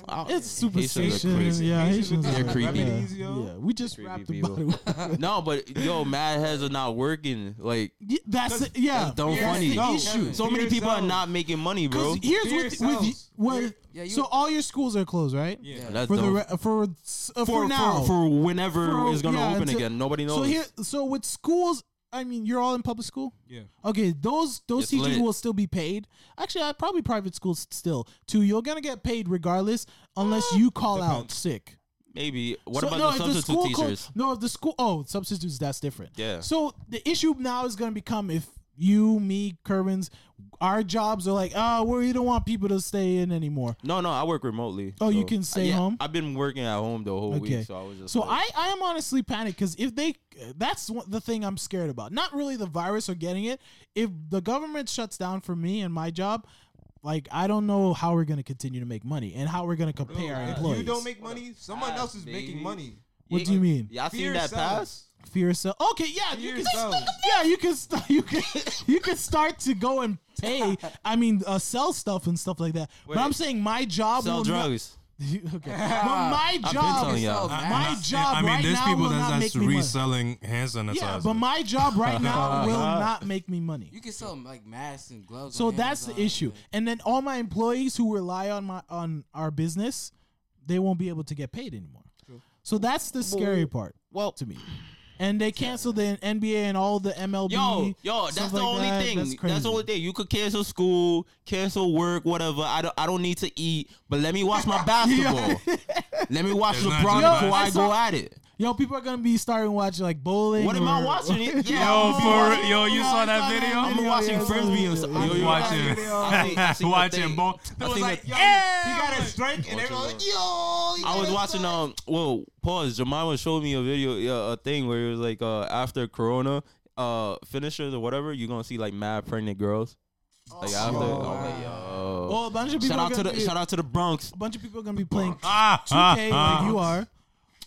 Speaker 1: I'll-
Speaker 3: it's
Speaker 1: Haitians are
Speaker 3: superstition.
Speaker 1: crazy.
Speaker 3: Yeah,
Speaker 5: Haitians
Speaker 3: Haitians
Speaker 5: are
Speaker 3: are
Speaker 5: creepy.
Speaker 3: Yeah,
Speaker 5: Remedies, yo.
Speaker 3: yeah, we just
Speaker 1: Creepy
Speaker 3: wrapped the
Speaker 1: people.
Speaker 3: bottle.
Speaker 1: No, but yo, mad heads are not working. Like
Speaker 3: Yeah, That's it. Yeah,
Speaker 1: that's dumb
Speaker 3: That's
Speaker 1: funny.
Speaker 3: the
Speaker 5: No.
Speaker 3: issue.
Speaker 1: so many
Speaker 5: Fear
Speaker 1: people are
Speaker 5: sells.
Speaker 1: not making money, bro.
Speaker 3: Because here's
Speaker 5: Fear
Speaker 3: with, with you-
Speaker 5: sells.
Speaker 3: what.
Speaker 6: Yeah, you-
Speaker 3: so all your schools are closed, right?
Speaker 5: Yeah.
Speaker 1: That's
Speaker 3: For the
Speaker 1: dumb.
Speaker 3: re- for s- uh, for, now
Speaker 1: for, for whenever
Speaker 3: For-
Speaker 1: it's gonna
Speaker 3: yeah,
Speaker 1: open
Speaker 3: until-
Speaker 1: again. Nobody knows.
Speaker 3: So here, so with schools, I mean, you're all in public school.
Speaker 5: Yeah.
Speaker 3: Okay, those those
Speaker 1: It's
Speaker 3: teachers
Speaker 1: lit.
Speaker 3: will still be paid. Actually, I probably private schools still too. You're gonna get paid regardless, unless you call out sick.
Speaker 1: Maybe. Ah, What
Speaker 3: So-
Speaker 1: about
Speaker 3: no,
Speaker 1: the
Speaker 3: if
Speaker 1: substitute
Speaker 3: school co-
Speaker 1: teachers?
Speaker 3: no, if the school. Oh, substitutes. That's different.
Speaker 1: Yeah.
Speaker 3: So the issue now is gonna become if you, me, Kervins, our jobs are like, oh, we don't want people to stay in anymore.
Speaker 1: no, no, I work remotely.
Speaker 3: Oh, you
Speaker 1: so-
Speaker 3: can stay
Speaker 1: Yeah,
Speaker 3: home?
Speaker 1: I've been working at home the whole week, so I was just.
Speaker 3: So
Speaker 1: like,
Speaker 3: I, I am honestly panicked because if they, that's one- the thing I'm scared about. Not really the virus or getting it. If the government shuts down for me and my job, like I don't know how we're gonna continue to make money and how we're gonna compare our
Speaker 5: If
Speaker 3: employees.
Speaker 5: You don't make money, someone
Speaker 1: ass,
Speaker 5: else is
Speaker 1: baby.
Speaker 5: making money.
Speaker 3: what do you mean?
Speaker 1: Y'all seen
Speaker 5: Fear
Speaker 1: that
Speaker 5: sells.
Speaker 1: pass?
Speaker 3: Fear self. Okay, yeah, you
Speaker 5: Fear
Speaker 3: can.
Speaker 5: sells.
Speaker 3: Yeah, you can. St- you can. You can start to go and pay. I mean, uh, sell stuff and stuff like that.
Speaker 1: Wait.
Speaker 3: But I'm saying my job.
Speaker 1: Sell
Speaker 3: will
Speaker 1: drugs.
Speaker 3: Not, okay. But my
Speaker 1: been
Speaker 3: job.
Speaker 1: telling y'all.
Speaker 3: My job
Speaker 4: I mean,
Speaker 3: right
Speaker 4: there's
Speaker 3: now
Speaker 4: people
Speaker 3: will
Speaker 4: that's,
Speaker 3: not
Speaker 4: that's
Speaker 3: make me money.
Speaker 4: reselling hand sanitizer.
Speaker 3: Yeah, but my job right now will not make me money.
Speaker 6: You can sell like masks and gloves.
Speaker 3: So
Speaker 6: on
Speaker 3: that's the
Speaker 6: Amazon,
Speaker 3: issue.
Speaker 6: like-
Speaker 3: And then all my employees who rely on my on our business, they won't be able to get paid anymore. So that's the scary part. Well, to me. And they cancel the NBA and all the MLB.
Speaker 1: Yo, yo, that's
Speaker 3: stuff
Speaker 1: the
Speaker 3: like
Speaker 1: only
Speaker 3: that.
Speaker 1: thing. That's,
Speaker 3: crazy.
Speaker 1: the only thing. You could cancel school, cancel work, whatever. I don't, I don't need to eat, but let me watch my basketball. let me watch
Speaker 4: It's not
Speaker 1: LeBron
Speaker 4: just
Speaker 1: before I
Speaker 3: basketball.
Speaker 1: go at it.
Speaker 3: Yo, people are gonna be starting watching like bowling.
Speaker 1: What am I
Speaker 3: or-
Speaker 1: watching? Yeah,
Speaker 4: yo,
Speaker 1: I'm
Speaker 4: for
Speaker 1: watching-
Speaker 4: yo, you
Speaker 3: Yeah, I
Speaker 4: saw
Speaker 3: saw
Speaker 4: that
Speaker 3: that
Speaker 4: video?
Speaker 3: video.
Speaker 1: I'm watching
Speaker 3: yeah,
Speaker 1: Frisbee
Speaker 3: yeah,
Speaker 1: or
Speaker 3: yeah,
Speaker 1: something.
Speaker 3: yeah.
Speaker 4: watching,
Speaker 1: I seen- I seen the
Speaker 4: watching
Speaker 1: thing.
Speaker 4: ball. It
Speaker 1: I
Speaker 4: was
Speaker 1: seen
Speaker 4: like,
Speaker 1: the-
Speaker 5: He got a strike and everyone like, yo. he
Speaker 1: I
Speaker 5: got
Speaker 1: was
Speaker 5: a
Speaker 1: watching
Speaker 5: strike.
Speaker 1: um well pause Jamai was showing me a video yeah, a thing where it was like uh after corona uh finishers or whatever you're gonna see like mad pregnant girls like after I'm like yo
Speaker 3: Well, Oh, a bunch of people.
Speaker 1: shout
Speaker 3: are
Speaker 1: out to
Speaker 3: gonna
Speaker 1: the
Speaker 3: be,
Speaker 1: shout out to the Bronx
Speaker 3: A bunch of people are gonna be playing 2K
Speaker 4: ah, ah, ah.
Speaker 3: like you are.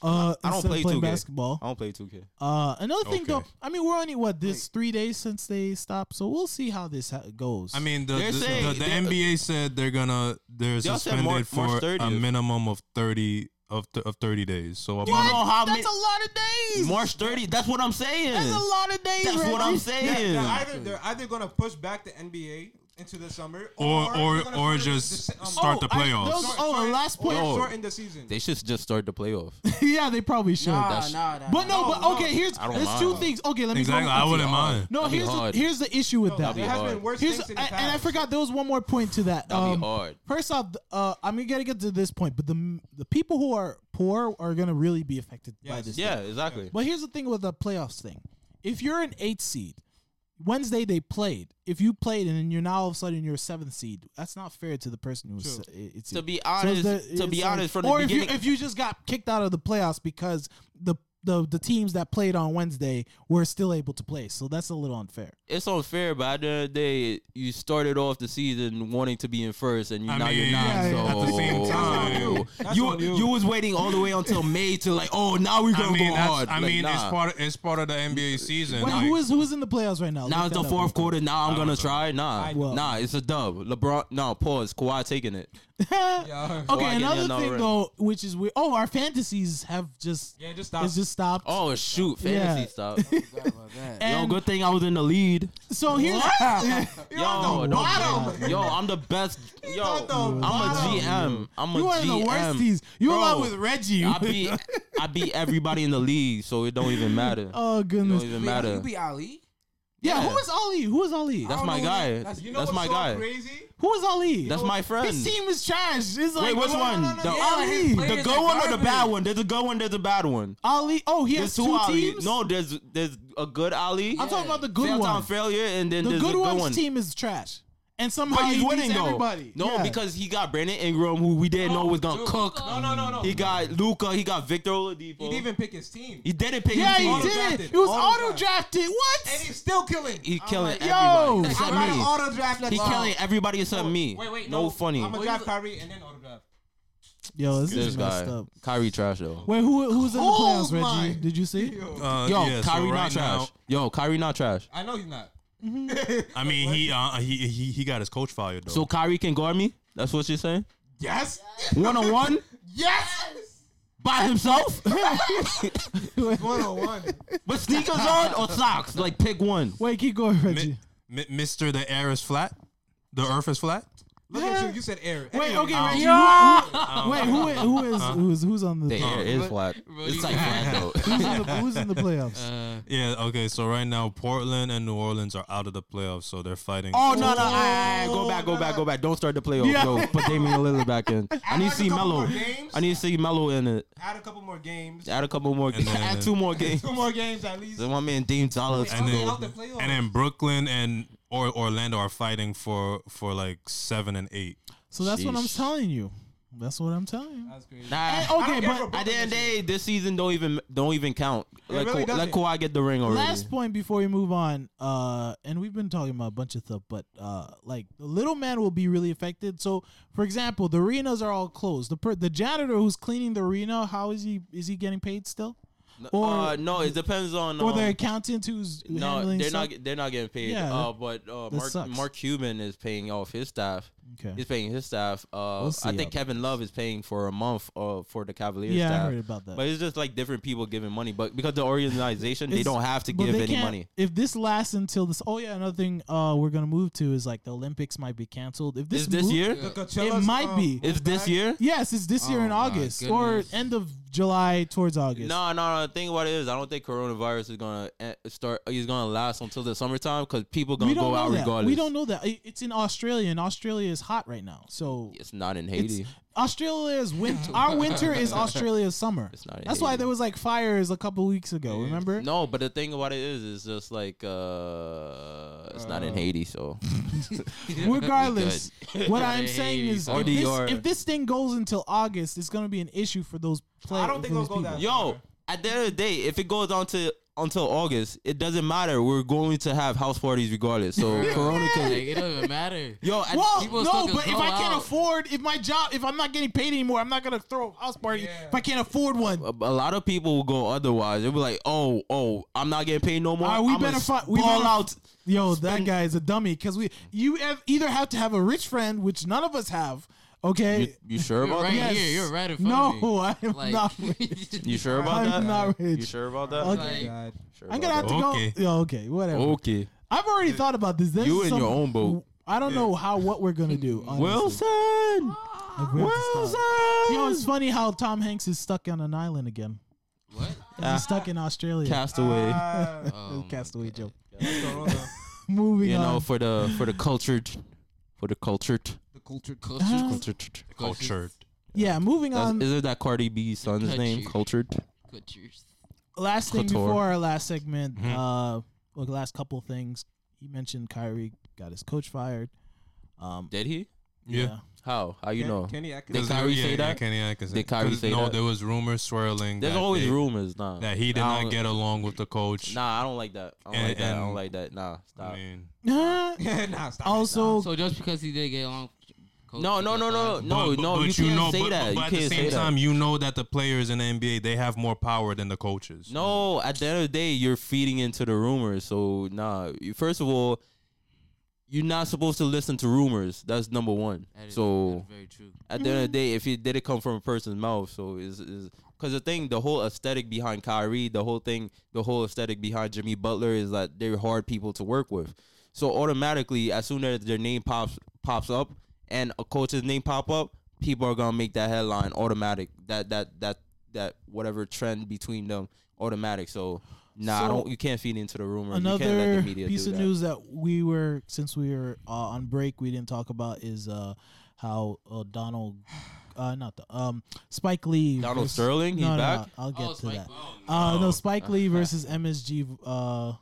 Speaker 3: Uh,
Speaker 1: I don't
Speaker 3: instead of
Speaker 1: play
Speaker 3: playing
Speaker 1: 2K.
Speaker 3: basketball.
Speaker 1: I don't play 2K
Speaker 3: Uh, another thing though,
Speaker 4: Okay.
Speaker 3: I mean, we're only what this three days since they stopped, so we'll see how this ha- goes.
Speaker 4: I mean, the, the,
Speaker 1: They're saying-
Speaker 4: the, the
Speaker 1: they-
Speaker 4: NBA said they're gonna they're
Speaker 1: said
Speaker 4: suspended
Speaker 1: Mar-
Speaker 4: for
Speaker 1: March
Speaker 4: a
Speaker 1: 30th.
Speaker 4: minimum of thirty of th- of thirty days. So
Speaker 1: you
Speaker 4: about
Speaker 1: know how
Speaker 3: that's
Speaker 1: many
Speaker 3: a lot of days.
Speaker 1: March 30 that's what I'm saying
Speaker 3: That's a lot of days.
Speaker 1: that's what I'm
Speaker 3: Reggie.
Speaker 5: They're,
Speaker 1: saying
Speaker 5: they're either, they're either gonna push back the NBA into the summer,
Speaker 4: Or
Speaker 5: they're
Speaker 4: or
Speaker 5: gonna
Speaker 4: or
Speaker 5: shorten
Speaker 4: just
Speaker 5: the se- um,
Speaker 4: start the
Speaker 3: I-
Speaker 4: playoffs.
Speaker 3: those- Oh,
Speaker 5: shorten-
Speaker 3: last
Speaker 5: or
Speaker 1: point.
Speaker 5: shorten the season.
Speaker 1: They should just start the playoff.
Speaker 3: yeah, they probably should.
Speaker 6: Nah,
Speaker 1: that's-
Speaker 6: nah, nah.
Speaker 3: but
Speaker 6: nah.
Speaker 3: no,
Speaker 5: No,
Speaker 3: but
Speaker 5: no.
Speaker 3: okay, here's
Speaker 1: I don't
Speaker 3: there's
Speaker 1: mind.
Speaker 3: two things. Okay, let me
Speaker 4: Exactly.
Speaker 3: go.
Speaker 4: I wouldn't mind.
Speaker 3: no,
Speaker 1: That'd be
Speaker 3: here's the,
Speaker 1: hard.
Speaker 3: here's the issue with
Speaker 5: No,
Speaker 3: that.
Speaker 5: there has
Speaker 1: hard.
Speaker 5: been worse
Speaker 3: Here's
Speaker 5: things in
Speaker 3: and
Speaker 5: the past.
Speaker 3: I forgot there was one more point to that.
Speaker 1: That'd
Speaker 3: Um,
Speaker 1: be hard.
Speaker 3: First off, uh, I'm gonna gotta get to this point, but the the people who are poor are gonna really be affected by
Speaker 5: Yes.
Speaker 3: this.
Speaker 1: Yeah, exactly.
Speaker 3: But here's the thing with the playoffs thing: if you're an eight seed, Wednesday they played. If you played and then you're now all of a sudden you're a seventh seed, that's not fair to the person who's
Speaker 5: True.
Speaker 3: it- it's
Speaker 1: To be
Speaker 3: So
Speaker 1: honest,
Speaker 3: it's the-
Speaker 1: to be
Speaker 3: it's like-
Speaker 1: honest, from the
Speaker 3: or
Speaker 1: beginning,
Speaker 3: if you, if you just got kicked out of the playoffs because the the the teams that played on Wednesday were still able to play, so that's a little unfair.
Speaker 1: it's unfair. But at the end of the day, you started off the season wanting to be in first, and you
Speaker 4: I
Speaker 1: now you're
Speaker 4: mean,
Speaker 1: not. so
Speaker 3: yeah, yeah.
Speaker 4: at the same time,
Speaker 1: you.
Speaker 5: That's
Speaker 1: You,
Speaker 5: on you.
Speaker 1: was waiting all the way until May to like, oh, now we're gonna
Speaker 4: I mean,
Speaker 1: go
Speaker 4: that's-
Speaker 1: hard.
Speaker 4: I
Speaker 1: Like,
Speaker 4: mean, it's
Speaker 1: nah.
Speaker 4: part of, it's part of the NBA season.
Speaker 3: Wait,
Speaker 4: like-
Speaker 3: who is who is in the playoffs right now?
Speaker 1: Now
Speaker 3: Look
Speaker 1: it's
Speaker 3: that
Speaker 1: the
Speaker 3: up
Speaker 1: fourth
Speaker 3: real
Speaker 1: quarter. Now I'm gonna try. Nah,
Speaker 5: I-
Speaker 3: Well-
Speaker 1: nah, it's a dub. LeBron. No, pause. Kawhi taking it.
Speaker 3: quick.
Speaker 5: Yeah.
Speaker 1: Well,
Speaker 3: okay,
Speaker 1: I get
Speaker 3: another
Speaker 1: it now
Speaker 3: thing
Speaker 1: already.
Speaker 3: though, which is we oh our fantasies have just
Speaker 5: Yeah, just stop.
Speaker 3: it's just stopped.
Speaker 1: Oh shoot, fantasy
Speaker 3: Yeah.
Speaker 1: stuff.
Speaker 6: Forgot about that.
Speaker 1: Yo,
Speaker 3: and
Speaker 1: good thing I was in the lead.
Speaker 3: so here's
Speaker 1: Yo,
Speaker 5: bottom.
Speaker 1: don't- yo, I'm the best. Yo,
Speaker 5: on the
Speaker 1: I'm
Speaker 5: bottom.
Speaker 1: a GM. I'm a
Speaker 3: you are in
Speaker 1: GM.
Speaker 3: the worst teams. You were
Speaker 1: Bro,
Speaker 3: along with Reggie.
Speaker 1: I beat I beat everybody in the league, so it don't even matter.
Speaker 3: oh
Speaker 1: it
Speaker 3: goodness.
Speaker 1: don't even
Speaker 6: Wait, You
Speaker 1: matter.
Speaker 6: be Ali?
Speaker 3: yeah,
Speaker 1: yeah.
Speaker 3: who is Ali? Who is Ali?
Speaker 1: That's
Speaker 6: don't
Speaker 1: my
Speaker 6: know who
Speaker 1: guy.
Speaker 6: that-
Speaker 1: That's,
Speaker 6: that's- you
Speaker 5: You know
Speaker 1: my
Speaker 5: what's
Speaker 1: guy.
Speaker 5: so crazy?
Speaker 3: who is Ali?
Speaker 1: That's my friend.
Speaker 3: His team is trash. It's like,
Speaker 1: Wait, which
Speaker 3: no, no,
Speaker 1: one?
Speaker 3: no,
Speaker 1: The-
Speaker 3: no, no.
Speaker 1: Yeah,
Speaker 6: his
Speaker 3: Ali.
Speaker 6: player-
Speaker 1: The
Speaker 6: Players
Speaker 1: good
Speaker 6: are
Speaker 1: one or the bad
Speaker 6: garbage.
Speaker 1: one? There's a good one. There's a bad one.
Speaker 3: Ali. Oh, he
Speaker 1: There's
Speaker 3: has
Speaker 1: two,
Speaker 3: two
Speaker 1: Ali.
Speaker 3: teams.
Speaker 1: No, there's there's a good Ali.
Speaker 3: I'm talking about the good
Speaker 1: Failtown
Speaker 3: one.
Speaker 1: failure, and then
Speaker 3: The
Speaker 1: there's
Speaker 3: good,
Speaker 1: a good
Speaker 3: one's
Speaker 1: one.
Speaker 3: team is trash, and somehow
Speaker 1: But he's
Speaker 3: he beats
Speaker 1: winning though.
Speaker 3: everybody.
Speaker 1: No,
Speaker 3: Yeah.
Speaker 1: because he got Brandon Ingram, who we didn't know was gonna
Speaker 5: Dude,
Speaker 1: cook.
Speaker 5: No, no, no, no.
Speaker 1: He got Luca. He got Victor Oladipo.
Speaker 5: He didn't even pick his team.
Speaker 1: He didn't pick.
Speaker 3: yeah,
Speaker 1: his team.
Speaker 3: he did.
Speaker 5: Auto-drafted.
Speaker 3: It was
Speaker 5: Auto-drafted.
Speaker 3: auto drafted.
Speaker 5: and
Speaker 3: What?
Speaker 5: he's still killing.
Speaker 1: He killing
Speaker 3: like,
Speaker 1: everybody
Speaker 3: yo.
Speaker 1: except
Speaker 5: I'm not
Speaker 1: me.
Speaker 5: auto draft.
Speaker 1: He killing everybody except me.
Speaker 5: Wait, wait,
Speaker 1: no, funny.
Speaker 5: I'm gonna draft Kyrie and then auto draft.
Speaker 3: Yo, this
Speaker 1: This
Speaker 3: is messed
Speaker 1: guy,
Speaker 3: up.
Speaker 1: Kyrie trash though.
Speaker 3: Wait, who who's in the
Speaker 5: Oh
Speaker 3: playoffs?
Speaker 5: my.
Speaker 3: Reggie, did you see?
Speaker 4: uh,
Speaker 1: Yo,
Speaker 4: yeah, so
Speaker 1: Kyrie
Speaker 4: right
Speaker 1: not trash.
Speaker 4: now-
Speaker 1: Yo, Kyrie not trash.
Speaker 5: I know he's not.
Speaker 4: I mean, he, uh, he he he got his coach fired though.
Speaker 1: So Kyrie can guard me. That's what you're saying.
Speaker 5: Yes.
Speaker 1: One on one
Speaker 5: Yes.
Speaker 1: by himself,
Speaker 5: One on one.
Speaker 1: with sneakers on or socks. Like pick one.
Speaker 3: Wait, keep going, Reggie.
Speaker 4: Mi- mi- Mister, the air is flat. The earth is flat.
Speaker 5: Look at you. You said air.
Speaker 3: Wait,
Speaker 5: Anyway,
Speaker 3: okay,
Speaker 4: Um,
Speaker 3: Reggie. who-
Speaker 5: Oh,
Speaker 4: Um,
Speaker 3: Wait, who i- who is who is who's on the
Speaker 1: The air Uh-huh. is flat.
Speaker 6: Rudy-
Speaker 1: It's like flat though.
Speaker 3: who's in the, who's in the playoffs?
Speaker 1: Uh,
Speaker 4: Yeah. Okay. So right now, Portland and New Orleans are out of the playoffs, so they're fighting.
Speaker 1: Oh no no! aye, aye, aye. go back, go back, go back! Don't start the playoff.
Speaker 3: Yeah.
Speaker 1: Yo, put Damian Lillard back in. I need to
Speaker 5: Add a
Speaker 1: see
Speaker 5: couple
Speaker 1: Melo.
Speaker 5: more games.
Speaker 1: I need to see Melo in it.
Speaker 5: Add a couple more games.
Speaker 1: Add a couple more.
Speaker 4: And then-
Speaker 1: add two more games.
Speaker 5: Two more games at least.
Speaker 1: Then my man Dame Dollars.
Speaker 4: And
Speaker 5: I'll be
Speaker 4: then-
Speaker 5: out the playoffs.
Speaker 4: And then Brooklyn and or Orlando are fighting for for like seven and eight.
Speaker 3: So that's what I'm
Speaker 1: Sheesh.
Speaker 3: telling you. That's what I'm telling you.
Speaker 5: That's crazy.
Speaker 1: Nah.
Speaker 3: And- okay,
Speaker 5: I don't care
Speaker 3: but
Speaker 5: for
Speaker 1: At the end of the
Speaker 5: Brooklyn
Speaker 1: day, this season don't even don't even count. Let,
Speaker 5: really
Speaker 1: Ka- let
Speaker 5: doesn't.
Speaker 1: Kawhi get the ring already.
Speaker 3: Last point before we move on, uh, and we've been talking about a bunch of stuff, but uh, like the little man will be really affected. So, for example, the arenas are all closed. The per- the janitor who's cleaning the arena, how is he is he getting paid still? Or
Speaker 1: uh, no, it depends on.
Speaker 3: or the
Speaker 1: um,
Speaker 3: accountant who's
Speaker 1: no,
Speaker 3: handling
Speaker 1: they're
Speaker 3: stuff?
Speaker 1: not. get- They're not getting paid.
Speaker 3: Yeah,
Speaker 1: uh, but uh,
Speaker 3: that
Speaker 1: Mark,
Speaker 3: sucks.
Speaker 1: Mark Cuban is paying off his staff.
Speaker 3: okay.
Speaker 1: He's paying his staff. Uh,
Speaker 3: We'll
Speaker 1: I
Speaker 3: see
Speaker 1: think
Speaker 3: how-
Speaker 1: Kevin Love is paying for a month uh, for the Cavaliers
Speaker 3: Yeah, I
Speaker 1: staff.
Speaker 3: heard about that.
Speaker 1: But it's just like different people giving money, but because the organization they
Speaker 3: It's-
Speaker 1: don't have to
Speaker 3: But
Speaker 1: give
Speaker 3: they
Speaker 1: any
Speaker 3: can't-
Speaker 1: money.
Speaker 3: If this lasts until this, oh yeah, another thing uh, we're gonna move to is like the Olympics might be canceled. If this
Speaker 1: Is this
Speaker 3: move-
Speaker 1: year?
Speaker 5: The
Speaker 6: It
Speaker 5: Coachella's,
Speaker 3: might
Speaker 5: um,
Speaker 3: be.
Speaker 1: Is this
Speaker 5: back.
Speaker 1: year?
Speaker 3: Yes, it's this year
Speaker 6: Oh
Speaker 3: in
Speaker 6: my
Speaker 3: August or
Speaker 6: goodness.
Speaker 3: end of July towards August.
Speaker 1: No, no, no. The thing about it is, I don't think coronavirus is gonna eh, start. Is gonna last until the summertime because people gonna
Speaker 3: we don't
Speaker 1: go
Speaker 3: know
Speaker 1: out
Speaker 3: that.
Speaker 1: regardless.
Speaker 3: We don't know that. I- It's in Australia, and Australia is hot right now. So
Speaker 1: It's not in
Speaker 3: it's
Speaker 1: Haiti.
Speaker 3: Australia's winter. our winter is Australia's summer.
Speaker 1: It's not in
Speaker 3: That's why
Speaker 1: Haiti.
Speaker 3: there was like fires a couple weeks ago. Remember?
Speaker 1: No, but the thing about it is, it's just like uh, it's not in Haiti. So
Speaker 3: Regardless, what I'm
Speaker 6: Hey,
Speaker 3: saying is,
Speaker 1: or
Speaker 3: if
Speaker 1: the-
Speaker 3: this,
Speaker 1: or-
Speaker 3: if this thing goes until August, it's going to be an issue for those players.
Speaker 5: I don't think
Speaker 3: for
Speaker 5: it'll
Speaker 3: those
Speaker 5: go
Speaker 3: people.
Speaker 5: that
Speaker 1: yo, at the end of the day, if it goes on to until August, it doesn't matter. We're going to have house parties regardless. So Corona
Speaker 6: Like,
Speaker 1: could.
Speaker 6: it doesn't even matter.
Speaker 1: Yo, at,
Speaker 3: Well,
Speaker 6: People
Speaker 3: no,
Speaker 6: still can
Speaker 3: but if
Speaker 6: go
Speaker 3: I can't
Speaker 6: out.
Speaker 3: afford, if my job, if I'm not getting paid anymore, I'm not gonna throw a house party.
Speaker 5: Yeah.
Speaker 3: If I can't afford one,
Speaker 1: a, a lot of people will go otherwise. They'll be like, "Oh, oh, I'm not getting paid no more.
Speaker 3: Alright, we
Speaker 1: I'm
Speaker 3: better fi- we
Speaker 1: ball
Speaker 3: better-
Speaker 1: out."
Speaker 3: yo, that
Speaker 1: Spend-
Speaker 3: guy is a dummy. Because we, you have either have to have a rich friend, which none of us have. Okay,
Speaker 1: You, you sure
Speaker 6: You're
Speaker 1: about
Speaker 6: right
Speaker 1: that?
Speaker 3: Yes.
Speaker 6: here. You're right in front
Speaker 3: no,
Speaker 6: of me.
Speaker 3: I am
Speaker 6: Like,
Speaker 3: not. Rich.
Speaker 1: You sure about
Speaker 3: I'm
Speaker 1: that?
Speaker 3: not rich.
Speaker 1: You sure about that?
Speaker 3: Okay.
Speaker 6: Like,
Speaker 5: God.
Speaker 1: Sure
Speaker 3: I'm
Speaker 1: about
Speaker 3: gonna have to
Speaker 1: that?
Speaker 3: go.
Speaker 4: Okay.
Speaker 3: Yeah, okay, whatever.
Speaker 1: Okay.
Speaker 3: I've already thought about this. There's
Speaker 1: Oh. You in
Speaker 3: some-
Speaker 1: your own boat.
Speaker 3: I don't know how what we're gonna do. honestly.
Speaker 1: Wilson.
Speaker 3: Like, we have to stop.
Speaker 1: Wilson.
Speaker 3: You know, it's funny how Tom Hanks is stuck on an island again.
Speaker 6: What?
Speaker 1: Ah.
Speaker 3: He's stuck in Australia.
Speaker 1: Castaway.
Speaker 6: Oh,
Speaker 3: Castaway joke.
Speaker 5: Corona.
Speaker 3: Moving
Speaker 1: you know,
Speaker 3: on.
Speaker 1: for the for the cultured, for the cultured,
Speaker 6: the culture,
Speaker 3: Ah.
Speaker 4: Oh
Speaker 6: culture,
Speaker 1: cultured.
Speaker 4: Cultured.
Speaker 3: yeah, moving
Speaker 1: That's,
Speaker 3: on.
Speaker 1: is it that Cardi B son's name?
Speaker 6: Cultured.
Speaker 1: Cultured.
Speaker 6: cultures.
Speaker 3: last thing
Speaker 1: Couture.
Speaker 3: before our last segment,
Speaker 1: Mm-hmm.
Speaker 3: uh, well, the last couple things he mentioned. Kyrie got his coach fired. Um,
Speaker 1: Did he?
Speaker 4: Yeah.
Speaker 1: How? How you know?
Speaker 5: Kenny
Speaker 1: Did
Speaker 5: Atkinson.
Speaker 1: Kyrie
Speaker 4: yeah,
Speaker 1: say that?
Speaker 4: Kenny Atkinson.
Speaker 1: Did Kyrie
Speaker 4: 'Cause,
Speaker 1: say
Speaker 4: no,
Speaker 1: that?
Speaker 4: there was rumors swirling
Speaker 1: There's
Speaker 4: that
Speaker 1: always
Speaker 4: they-
Speaker 1: rumors, nah.
Speaker 4: that he did
Speaker 1: I
Speaker 4: not
Speaker 1: don't-
Speaker 4: get along with the coach.
Speaker 1: Nah, I don't like that. I don't
Speaker 4: And- um,
Speaker 1: like that. I don't like that.
Speaker 4: and-
Speaker 1: Nah, stop.
Speaker 4: I mean,
Speaker 5: Yeah, nah, stop.
Speaker 3: also,
Speaker 6: So just because he didn't get along, coach
Speaker 1: No, no,
Speaker 6: got
Speaker 1: no, no,
Speaker 6: fired?
Speaker 1: no,
Speaker 4: but,
Speaker 1: no.
Speaker 4: but
Speaker 1: you can't
Speaker 4: know,
Speaker 1: say
Speaker 4: but,
Speaker 1: that.
Speaker 4: But,
Speaker 1: you
Speaker 4: at
Speaker 1: can't
Speaker 4: the same
Speaker 1: say
Speaker 4: time,
Speaker 1: that.
Speaker 4: you know that the players in the NBA they have more power than the coaches.
Speaker 1: No, at the end of the day, you're feeding into the rumors. So nah. you- First of all, you're not supposed to listen to rumors. That's number one.
Speaker 6: That is- that
Speaker 1: So
Speaker 6: is very true.
Speaker 1: at the end of the day, if it did it come from a person's mouth, so is is because the thing, the whole aesthetic behind Kyrie, the whole thing, the whole aesthetic behind Jimmy Butler is that they're hard people to work with. So automatically, as soon as their name pops pops up and a coach's name pop up, people are gonna make that headline automatic. That that that that whatever trend between them automatic. So nah, I
Speaker 3: So,
Speaker 1: don't. You can't feed into the rumors. you can't let the
Speaker 3: another
Speaker 1: media
Speaker 3: piece
Speaker 1: do
Speaker 3: of
Speaker 1: that.
Speaker 3: news that we were since we were uh, on break we didn't talk about is uh, how uh, Donald, uh, not the um, Spike Lee,
Speaker 1: Donald
Speaker 3: versus-
Speaker 1: Sterling, he's
Speaker 3: no, no,
Speaker 1: back? Oh.
Speaker 3: no, I'll get
Speaker 6: Oh,
Speaker 3: to
Speaker 6: Spike
Speaker 3: that.
Speaker 6: Lee.
Speaker 3: Uh, no, Spike Lee versus MSG, uh,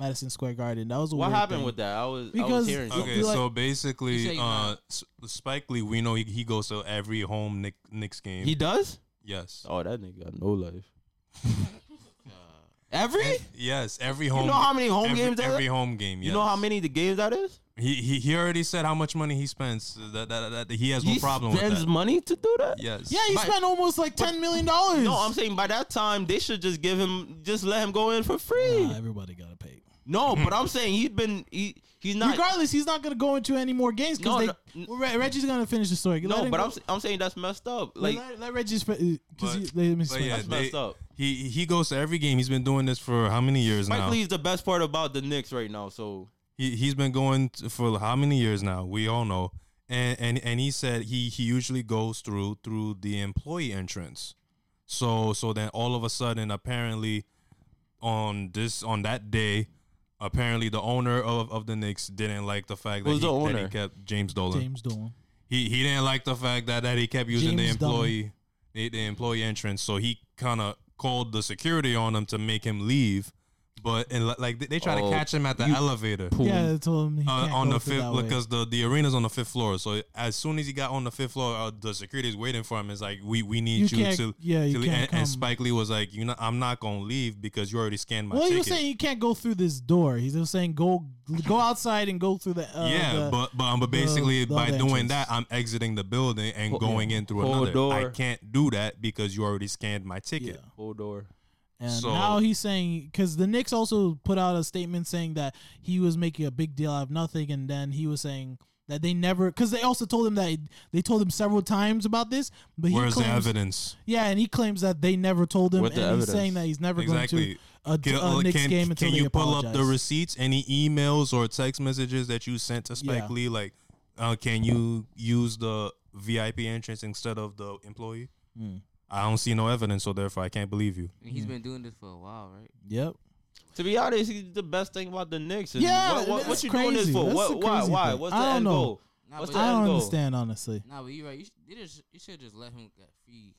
Speaker 3: Madison Square Garden. That was a
Speaker 1: What
Speaker 3: weird
Speaker 1: happened
Speaker 3: thing.
Speaker 1: with that? I was I
Speaker 3: Because-
Speaker 1: was hearing.
Speaker 3: Okay.
Speaker 1: something.
Speaker 4: Okay,
Speaker 3: You like-
Speaker 4: so
Speaker 6: You say
Speaker 4: basically,
Speaker 6: you
Speaker 4: uh,
Speaker 6: not.
Speaker 4: S- Spike Lee, we know he, he goes to every home Nick, Knicks game.
Speaker 1: He does.
Speaker 4: yes,
Speaker 1: Oh, that nigga got no life. Every?
Speaker 4: yes, every home.
Speaker 1: you know how many home
Speaker 4: every,
Speaker 1: games that
Speaker 4: Every home game.
Speaker 1: You know
Speaker 4: yes.
Speaker 1: how many the games that is?
Speaker 4: He, he he already said how much money he spends. That that, that, he has no
Speaker 1: he
Speaker 4: problem with
Speaker 1: spends
Speaker 4: that.
Speaker 1: money to do that?
Speaker 4: yes.
Speaker 3: Yeah, he
Speaker 1: But-
Speaker 3: spent almost like ten million dollars.
Speaker 1: No, I'm saying by that time they should just give him just let him go in for free.
Speaker 3: everybody gotta pay.
Speaker 1: no, but I'm saying he's been he he's not
Speaker 3: Regardless, he's not gonna go into any more games
Speaker 1: No,
Speaker 3: because
Speaker 1: no,
Speaker 3: Reggie's gonna finish the story. Let
Speaker 1: No,
Speaker 3: him
Speaker 1: but
Speaker 3: go-
Speaker 1: I'm s- I'm saying that's messed up. Like
Speaker 3: let, let Reggie's because
Speaker 4: But-
Speaker 3: let me
Speaker 4: But yeah,
Speaker 1: That's
Speaker 3: explain.
Speaker 1: messed
Speaker 4: they-
Speaker 1: up.
Speaker 4: He he goes to every game. He's been doing this for how many years
Speaker 1: Spike
Speaker 4: now?
Speaker 1: Lee's the best part about the Knicks right now. So
Speaker 4: He he's been going t- for how many years now? We all know. And and and he said he he usually goes through through the employee entrance. So so then all of a sudden apparently on this on that day apparently the owner of, of the Knicks didn't like the fact that he,
Speaker 1: Who's the
Speaker 4: that he
Speaker 1: owner?
Speaker 4: kept James Dolan.
Speaker 3: James Dolan.
Speaker 4: He he didn't like the fact that that he kept using the
Speaker 3: James Dolan.
Speaker 4: employee the, the employee entrance. So he kind of called the security on him to make him leave. But and li- like they, they try
Speaker 1: Oh,
Speaker 4: to catch him at the
Speaker 1: you
Speaker 4: elevator
Speaker 3: Yeah, they told him he
Speaker 4: uh,
Speaker 3: can't
Speaker 4: on
Speaker 3: go
Speaker 4: the
Speaker 3: through
Speaker 4: fifth
Speaker 3: that way.
Speaker 4: because the the arena's on the fifth floor. So as soon as he got on the fifth floor, uh, the security is waiting for him. It's like we we need
Speaker 3: You
Speaker 4: you,
Speaker 3: can't-
Speaker 4: to
Speaker 3: yeah, you
Speaker 4: to leave."
Speaker 3: can't
Speaker 4: and,
Speaker 3: come.
Speaker 4: and Spike Lee was like, you know, I'm not gonna leave because you already scanned my
Speaker 3: well, he was
Speaker 4: ticket.
Speaker 3: saying he can't go through this door. He was saying go go outside and go through the. Uh,
Speaker 4: yeah,
Speaker 3: the-
Speaker 4: but but, um, but basically
Speaker 3: the
Speaker 4: by
Speaker 3: other
Speaker 4: doing
Speaker 3: entrance.
Speaker 4: that, I'm exiting the building and
Speaker 1: Whole-
Speaker 4: going in through
Speaker 1: whole
Speaker 4: another. I
Speaker 1: door.
Speaker 4: can't do that because you already scanned my
Speaker 3: yeah.
Speaker 4: ticket.
Speaker 1: hold door.
Speaker 3: And
Speaker 4: So-
Speaker 3: now he's saying because the Knicks also put out a statement saying that he was making a big deal out of nothing, and then he was saying that they never because they also told him that they told him several times about this, but he
Speaker 4: Where's the
Speaker 3: claims,
Speaker 4: evidence?
Speaker 3: yeah, and he claims that they never told him,
Speaker 1: What
Speaker 3: and
Speaker 1: the
Speaker 3: he's
Speaker 1: evidence?
Speaker 3: saying that he's never
Speaker 4: Exactly.
Speaker 3: going to a, a
Speaker 4: uh,
Speaker 3: Knicks
Speaker 4: can,
Speaker 3: game until
Speaker 4: can
Speaker 3: they
Speaker 4: you pull
Speaker 3: apologize.
Speaker 4: up the receipts, any emails or text messages that you sent to Spike
Speaker 3: Yeah.
Speaker 4: Lee? Like, uh, can you use the VIP entrance instead of the employee?
Speaker 3: Mm.
Speaker 4: I don't see no evidence, so therefore I can't believe you.
Speaker 6: He's
Speaker 3: Hmm.
Speaker 6: been doing this for a while, right?
Speaker 3: Yep.
Speaker 1: To be honest, he's the best thing about the Knicks. is
Speaker 3: Yeah,
Speaker 1: what, what,
Speaker 3: that's
Speaker 1: what you doing this
Speaker 3: crazy.
Speaker 1: for?
Speaker 3: That's the
Speaker 1: What, why?
Speaker 3: crazy
Speaker 1: Why?
Speaker 3: thing.
Speaker 1: What's
Speaker 3: I
Speaker 1: the
Speaker 3: don't
Speaker 1: end
Speaker 3: know.
Speaker 1: goal?
Speaker 6: Nah,
Speaker 1: What's
Speaker 6: but
Speaker 1: the
Speaker 3: I
Speaker 1: end
Speaker 3: don't
Speaker 1: goal?
Speaker 3: understand, honestly.
Speaker 6: Nah, but you're right. You should, you just, you should just let him get free.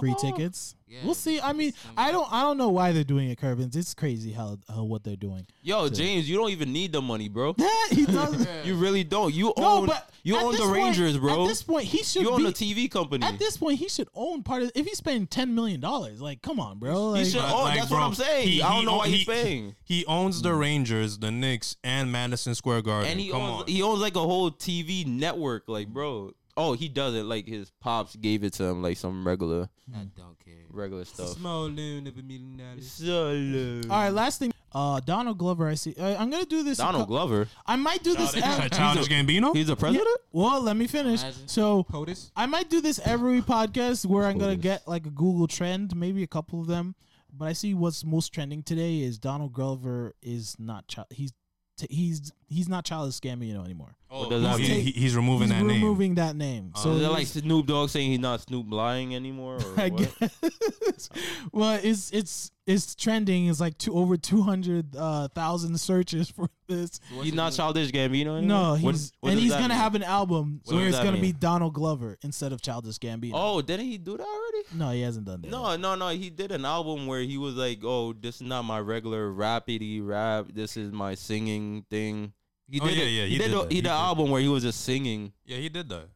Speaker 3: Free
Speaker 1: Oh.
Speaker 3: tickets.
Speaker 6: Yeah,
Speaker 3: we'll see. I mean,
Speaker 6: it's-
Speaker 3: I don't. I don't know why they're doing it, Curvins. It's crazy how, how what they're doing.
Speaker 1: Yo, James, you don't even need the money, bro.
Speaker 3: he does.
Speaker 6: Yeah.
Speaker 1: You really don't. You
Speaker 3: No,
Speaker 1: own
Speaker 3: but
Speaker 1: you
Speaker 3: at
Speaker 1: own
Speaker 3: this
Speaker 1: the
Speaker 3: point-
Speaker 1: Rangers, bro.
Speaker 3: At this point, he should
Speaker 1: you own
Speaker 3: be.
Speaker 1: the TV company.
Speaker 3: at this point, he should own part of. If he's spending ten million dollars, like, come on, bro. Like,
Speaker 1: he should
Speaker 4: But,
Speaker 1: own.
Speaker 4: like,
Speaker 1: Oh, that's
Speaker 4: bro,
Speaker 1: what I'm saying.
Speaker 4: he-
Speaker 1: I
Speaker 4: he
Speaker 1: don't know
Speaker 4: own-
Speaker 1: why
Speaker 4: he-
Speaker 1: he's paying.
Speaker 4: He owns
Speaker 3: Mm.
Speaker 4: the Rangers, the Knicks, and Madison Square Garden.
Speaker 1: And he
Speaker 4: Come
Speaker 1: owns
Speaker 4: on.
Speaker 1: he owns like a whole TV network, like bro. Oh, he does it like his pops gave it to him, like some regular
Speaker 6: I don't care.
Speaker 1: regular stuff.
Speaker 5: Small loon of a million dollars.
Speaker 1: Salute.
Speaker 3: All right, last thing. Uh, Donald Glover. I see. Uh, I'm gonna do this. a
Speaker 1: Donald
Speaker 3: cou-
Speaker 1: Glover,
Speaker 3: I might do this. ev-
Speaker 4: Childish Gambino.
Speaker 1: he's a
Speaker 3: Yeah,
Speaker 1: president.
Speaker 3: well, let me finish.
Speaker 6: Imagine.
Speaker 3: So,
Speaker 5: POTUS.
Speaker 3: I might do this every podcast where I'm gonna
Speaker 1: Please.
Speaker 3: get like a Google trend, maybe a couple of them. But I see what's most trending today is Donald Glover is not child. He's t- he's he's not child scammy you know anymore.
Speaker 1: Or does that
Speaker 4: Oh, he,
Speaker 1: mean-
Speaker 4: he- he's removing
Speaker 3: He's
Speaker 4: that name.
Speaker 3: removing that name. So
Speaker 1: Is it
Speaker 3: it's-
Speaker 1: like Snoop Dogg saying he's not Snoop lying anymore? Or
Speaker 3: I
Speaker 1: what?
Speaker 3: guess. well, it's it's it's trending. It's like two over two hundred uh, thousand searches for this.
Speaker 1: He's not Childish Gambino anymore?
Speaker 3: No,
Speaker 1: What-
Speaker 3: he's
Speaker 1: what
Speaker 3: and
Speaker 1: does
Speaker 3: he's
Speaker 1: that
Speaker 3: gonna
Speaker 1: mean?
Speaker 3: have an album
Speaker 1: What
Speaker 3: where
Speaker 1: does
Speaker 3: it's
Speaker 1: that
Speaker 3: gonna be
Speaker 1: mean?
Speaker 3: Donald Glover instead of Childish Gambino.
Speaker 1: Oh, didn't he do that already?
Speaker 3: no, he hasn't done that.
Speaker 1: No, no, no. He did an album where he was like, "Oh, this is not my regular rapidy rap. This is my singing thing." He
Speaker 4: Oh,
Speaker 1: did
Speaker 4: yeah,
Speaker 1: it-
Speaker 4: yeah,
Speaker 1: He, did. a,
Speaker 4: that.
Speaker 1: he
Speaker 4: He
Speaker 1: did
Speaker 4: did.
Speaker 1: an album where he was just singing.
Speaker 4: Yeah, he did that.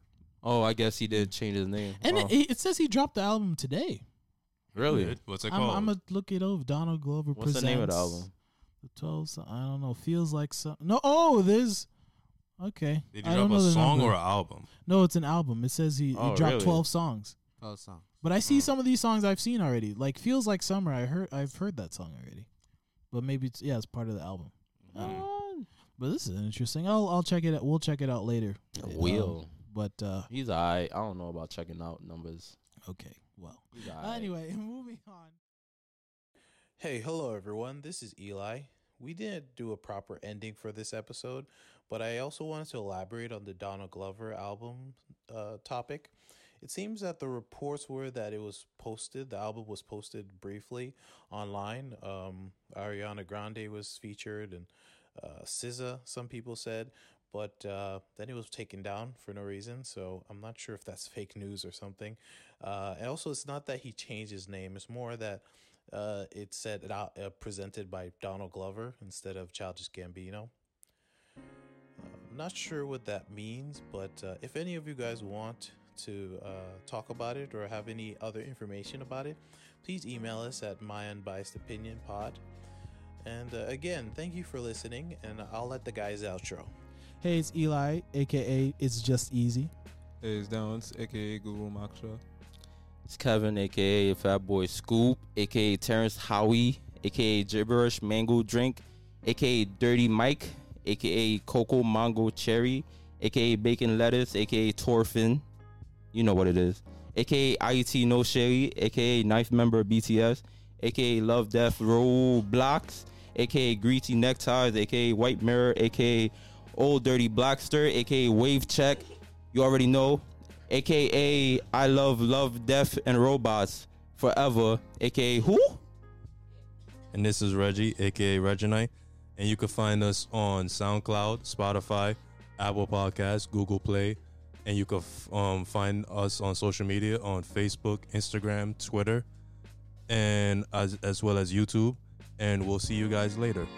Speaker 1: Oh, I guess he did change his name.
Speaker 3: and
Speaker 1: Wow.
Speaker 3: it, it says he dropped the album today.
Speaker 1: really?
Speaker 4: What's it
Speaker 3: Oh, I'm,
Speaker 4: called?
Speaker 3: I'm gonna look it over. Donald Glover
Speaker 1: What's the
Speaker 3: presents
Speaker 1: name of the album?
Speaker 3: The Twelve. so- I don't know. Feels like some. No. Oh, there's. Okay.
Speaker 4: did
Speaker 3: I
Speaker 4: he
Speaker 3: don't
Speaker 4: drop
Speaker 3: know
Speaker 4: a
Speaker 3: the
Speaker 4: song
Speaker 3: number.
Speaker 4: or an album?
Speaker 3: No, it's an album. It says he,
Speaker 1: Oh,
Speaker 3: he dropped
Speaker 1: really?
Speaker 3: twelve songs.
Speaker 6: Twelve songs.
Speaker 3: But I
Speaker 4: Hmm.
Speaker 3: see some of these songs I've seen already. Like feels like summer. I heard I've heard that song already. But maybe it's yeah, it's part of the album.
Speaker 4: Hmm.
Speaker 3: Uh, but this is interesting. I'll I'll check it out. We'll check it out later. Um,
Speaker 1: Will.
Speaker 3: but uh
Speaker 1: He's alright. I don't know about checking out numbers.
Speaker 3: okay. Well.
Speaker 1: He's alright.
Speaker 3: Anyway, moving on.
Speaker 7: Hey, hello everyone. This is Eli. We didn't do a proper ending for this episode, but I also wanted to elaborate on the Donald Glover album uh, topic. It seems that the reports were that it was posted, the album was posted briefly online. Um, Ariana Grande was featured and uh, SZA, some people said, but uh, then it was taken down for no reason. So I'm not sure if that's fake news or something. Uh, and also, it's not that he changed his name, it's more that uh, it said it out- uh, presented by Donald Glover instead of Childish Gambino. Uh, not sure what that means, but uh, if any of you guys want to uh, talk about it or have any other information about it, please email us at my unbiased opinion pod. And uh, again, thank you for listening, and I'll let the guys outro.
Speaker 3: Hey, it's Eli, aka It's Just Easy.
Speaker 5: Is Downs, aka Guru Maksha.
Speaker 1: It's Kevin, aka Fat Boy Scoop, aka Terrence Howie, aka Gibberish Mango Drink, aka Dirty Mike, aka Coco Mango Cherry, aka Bacon Lettuce, aka Torfin. You know what it is. AKA IET E No Sherry, aka Knife Member BTS, aka Love Death Roadblocks, aka Greasy Neckties, aka White Mirror, aka Old Dirty Blackster, aka Wave Check. You already know. AKA I Love Love Death and Robots Forever. AKA Who?
Speaker 4: And this is Reggie, aka Reginite. And you can find us on SoundCloud, Spotify, Apple Podcasts, Google Play. And you can f- um, find us on social media on Facebook, Instagram, Twitter, and as, as well as YouTube. And we'll see you guys later.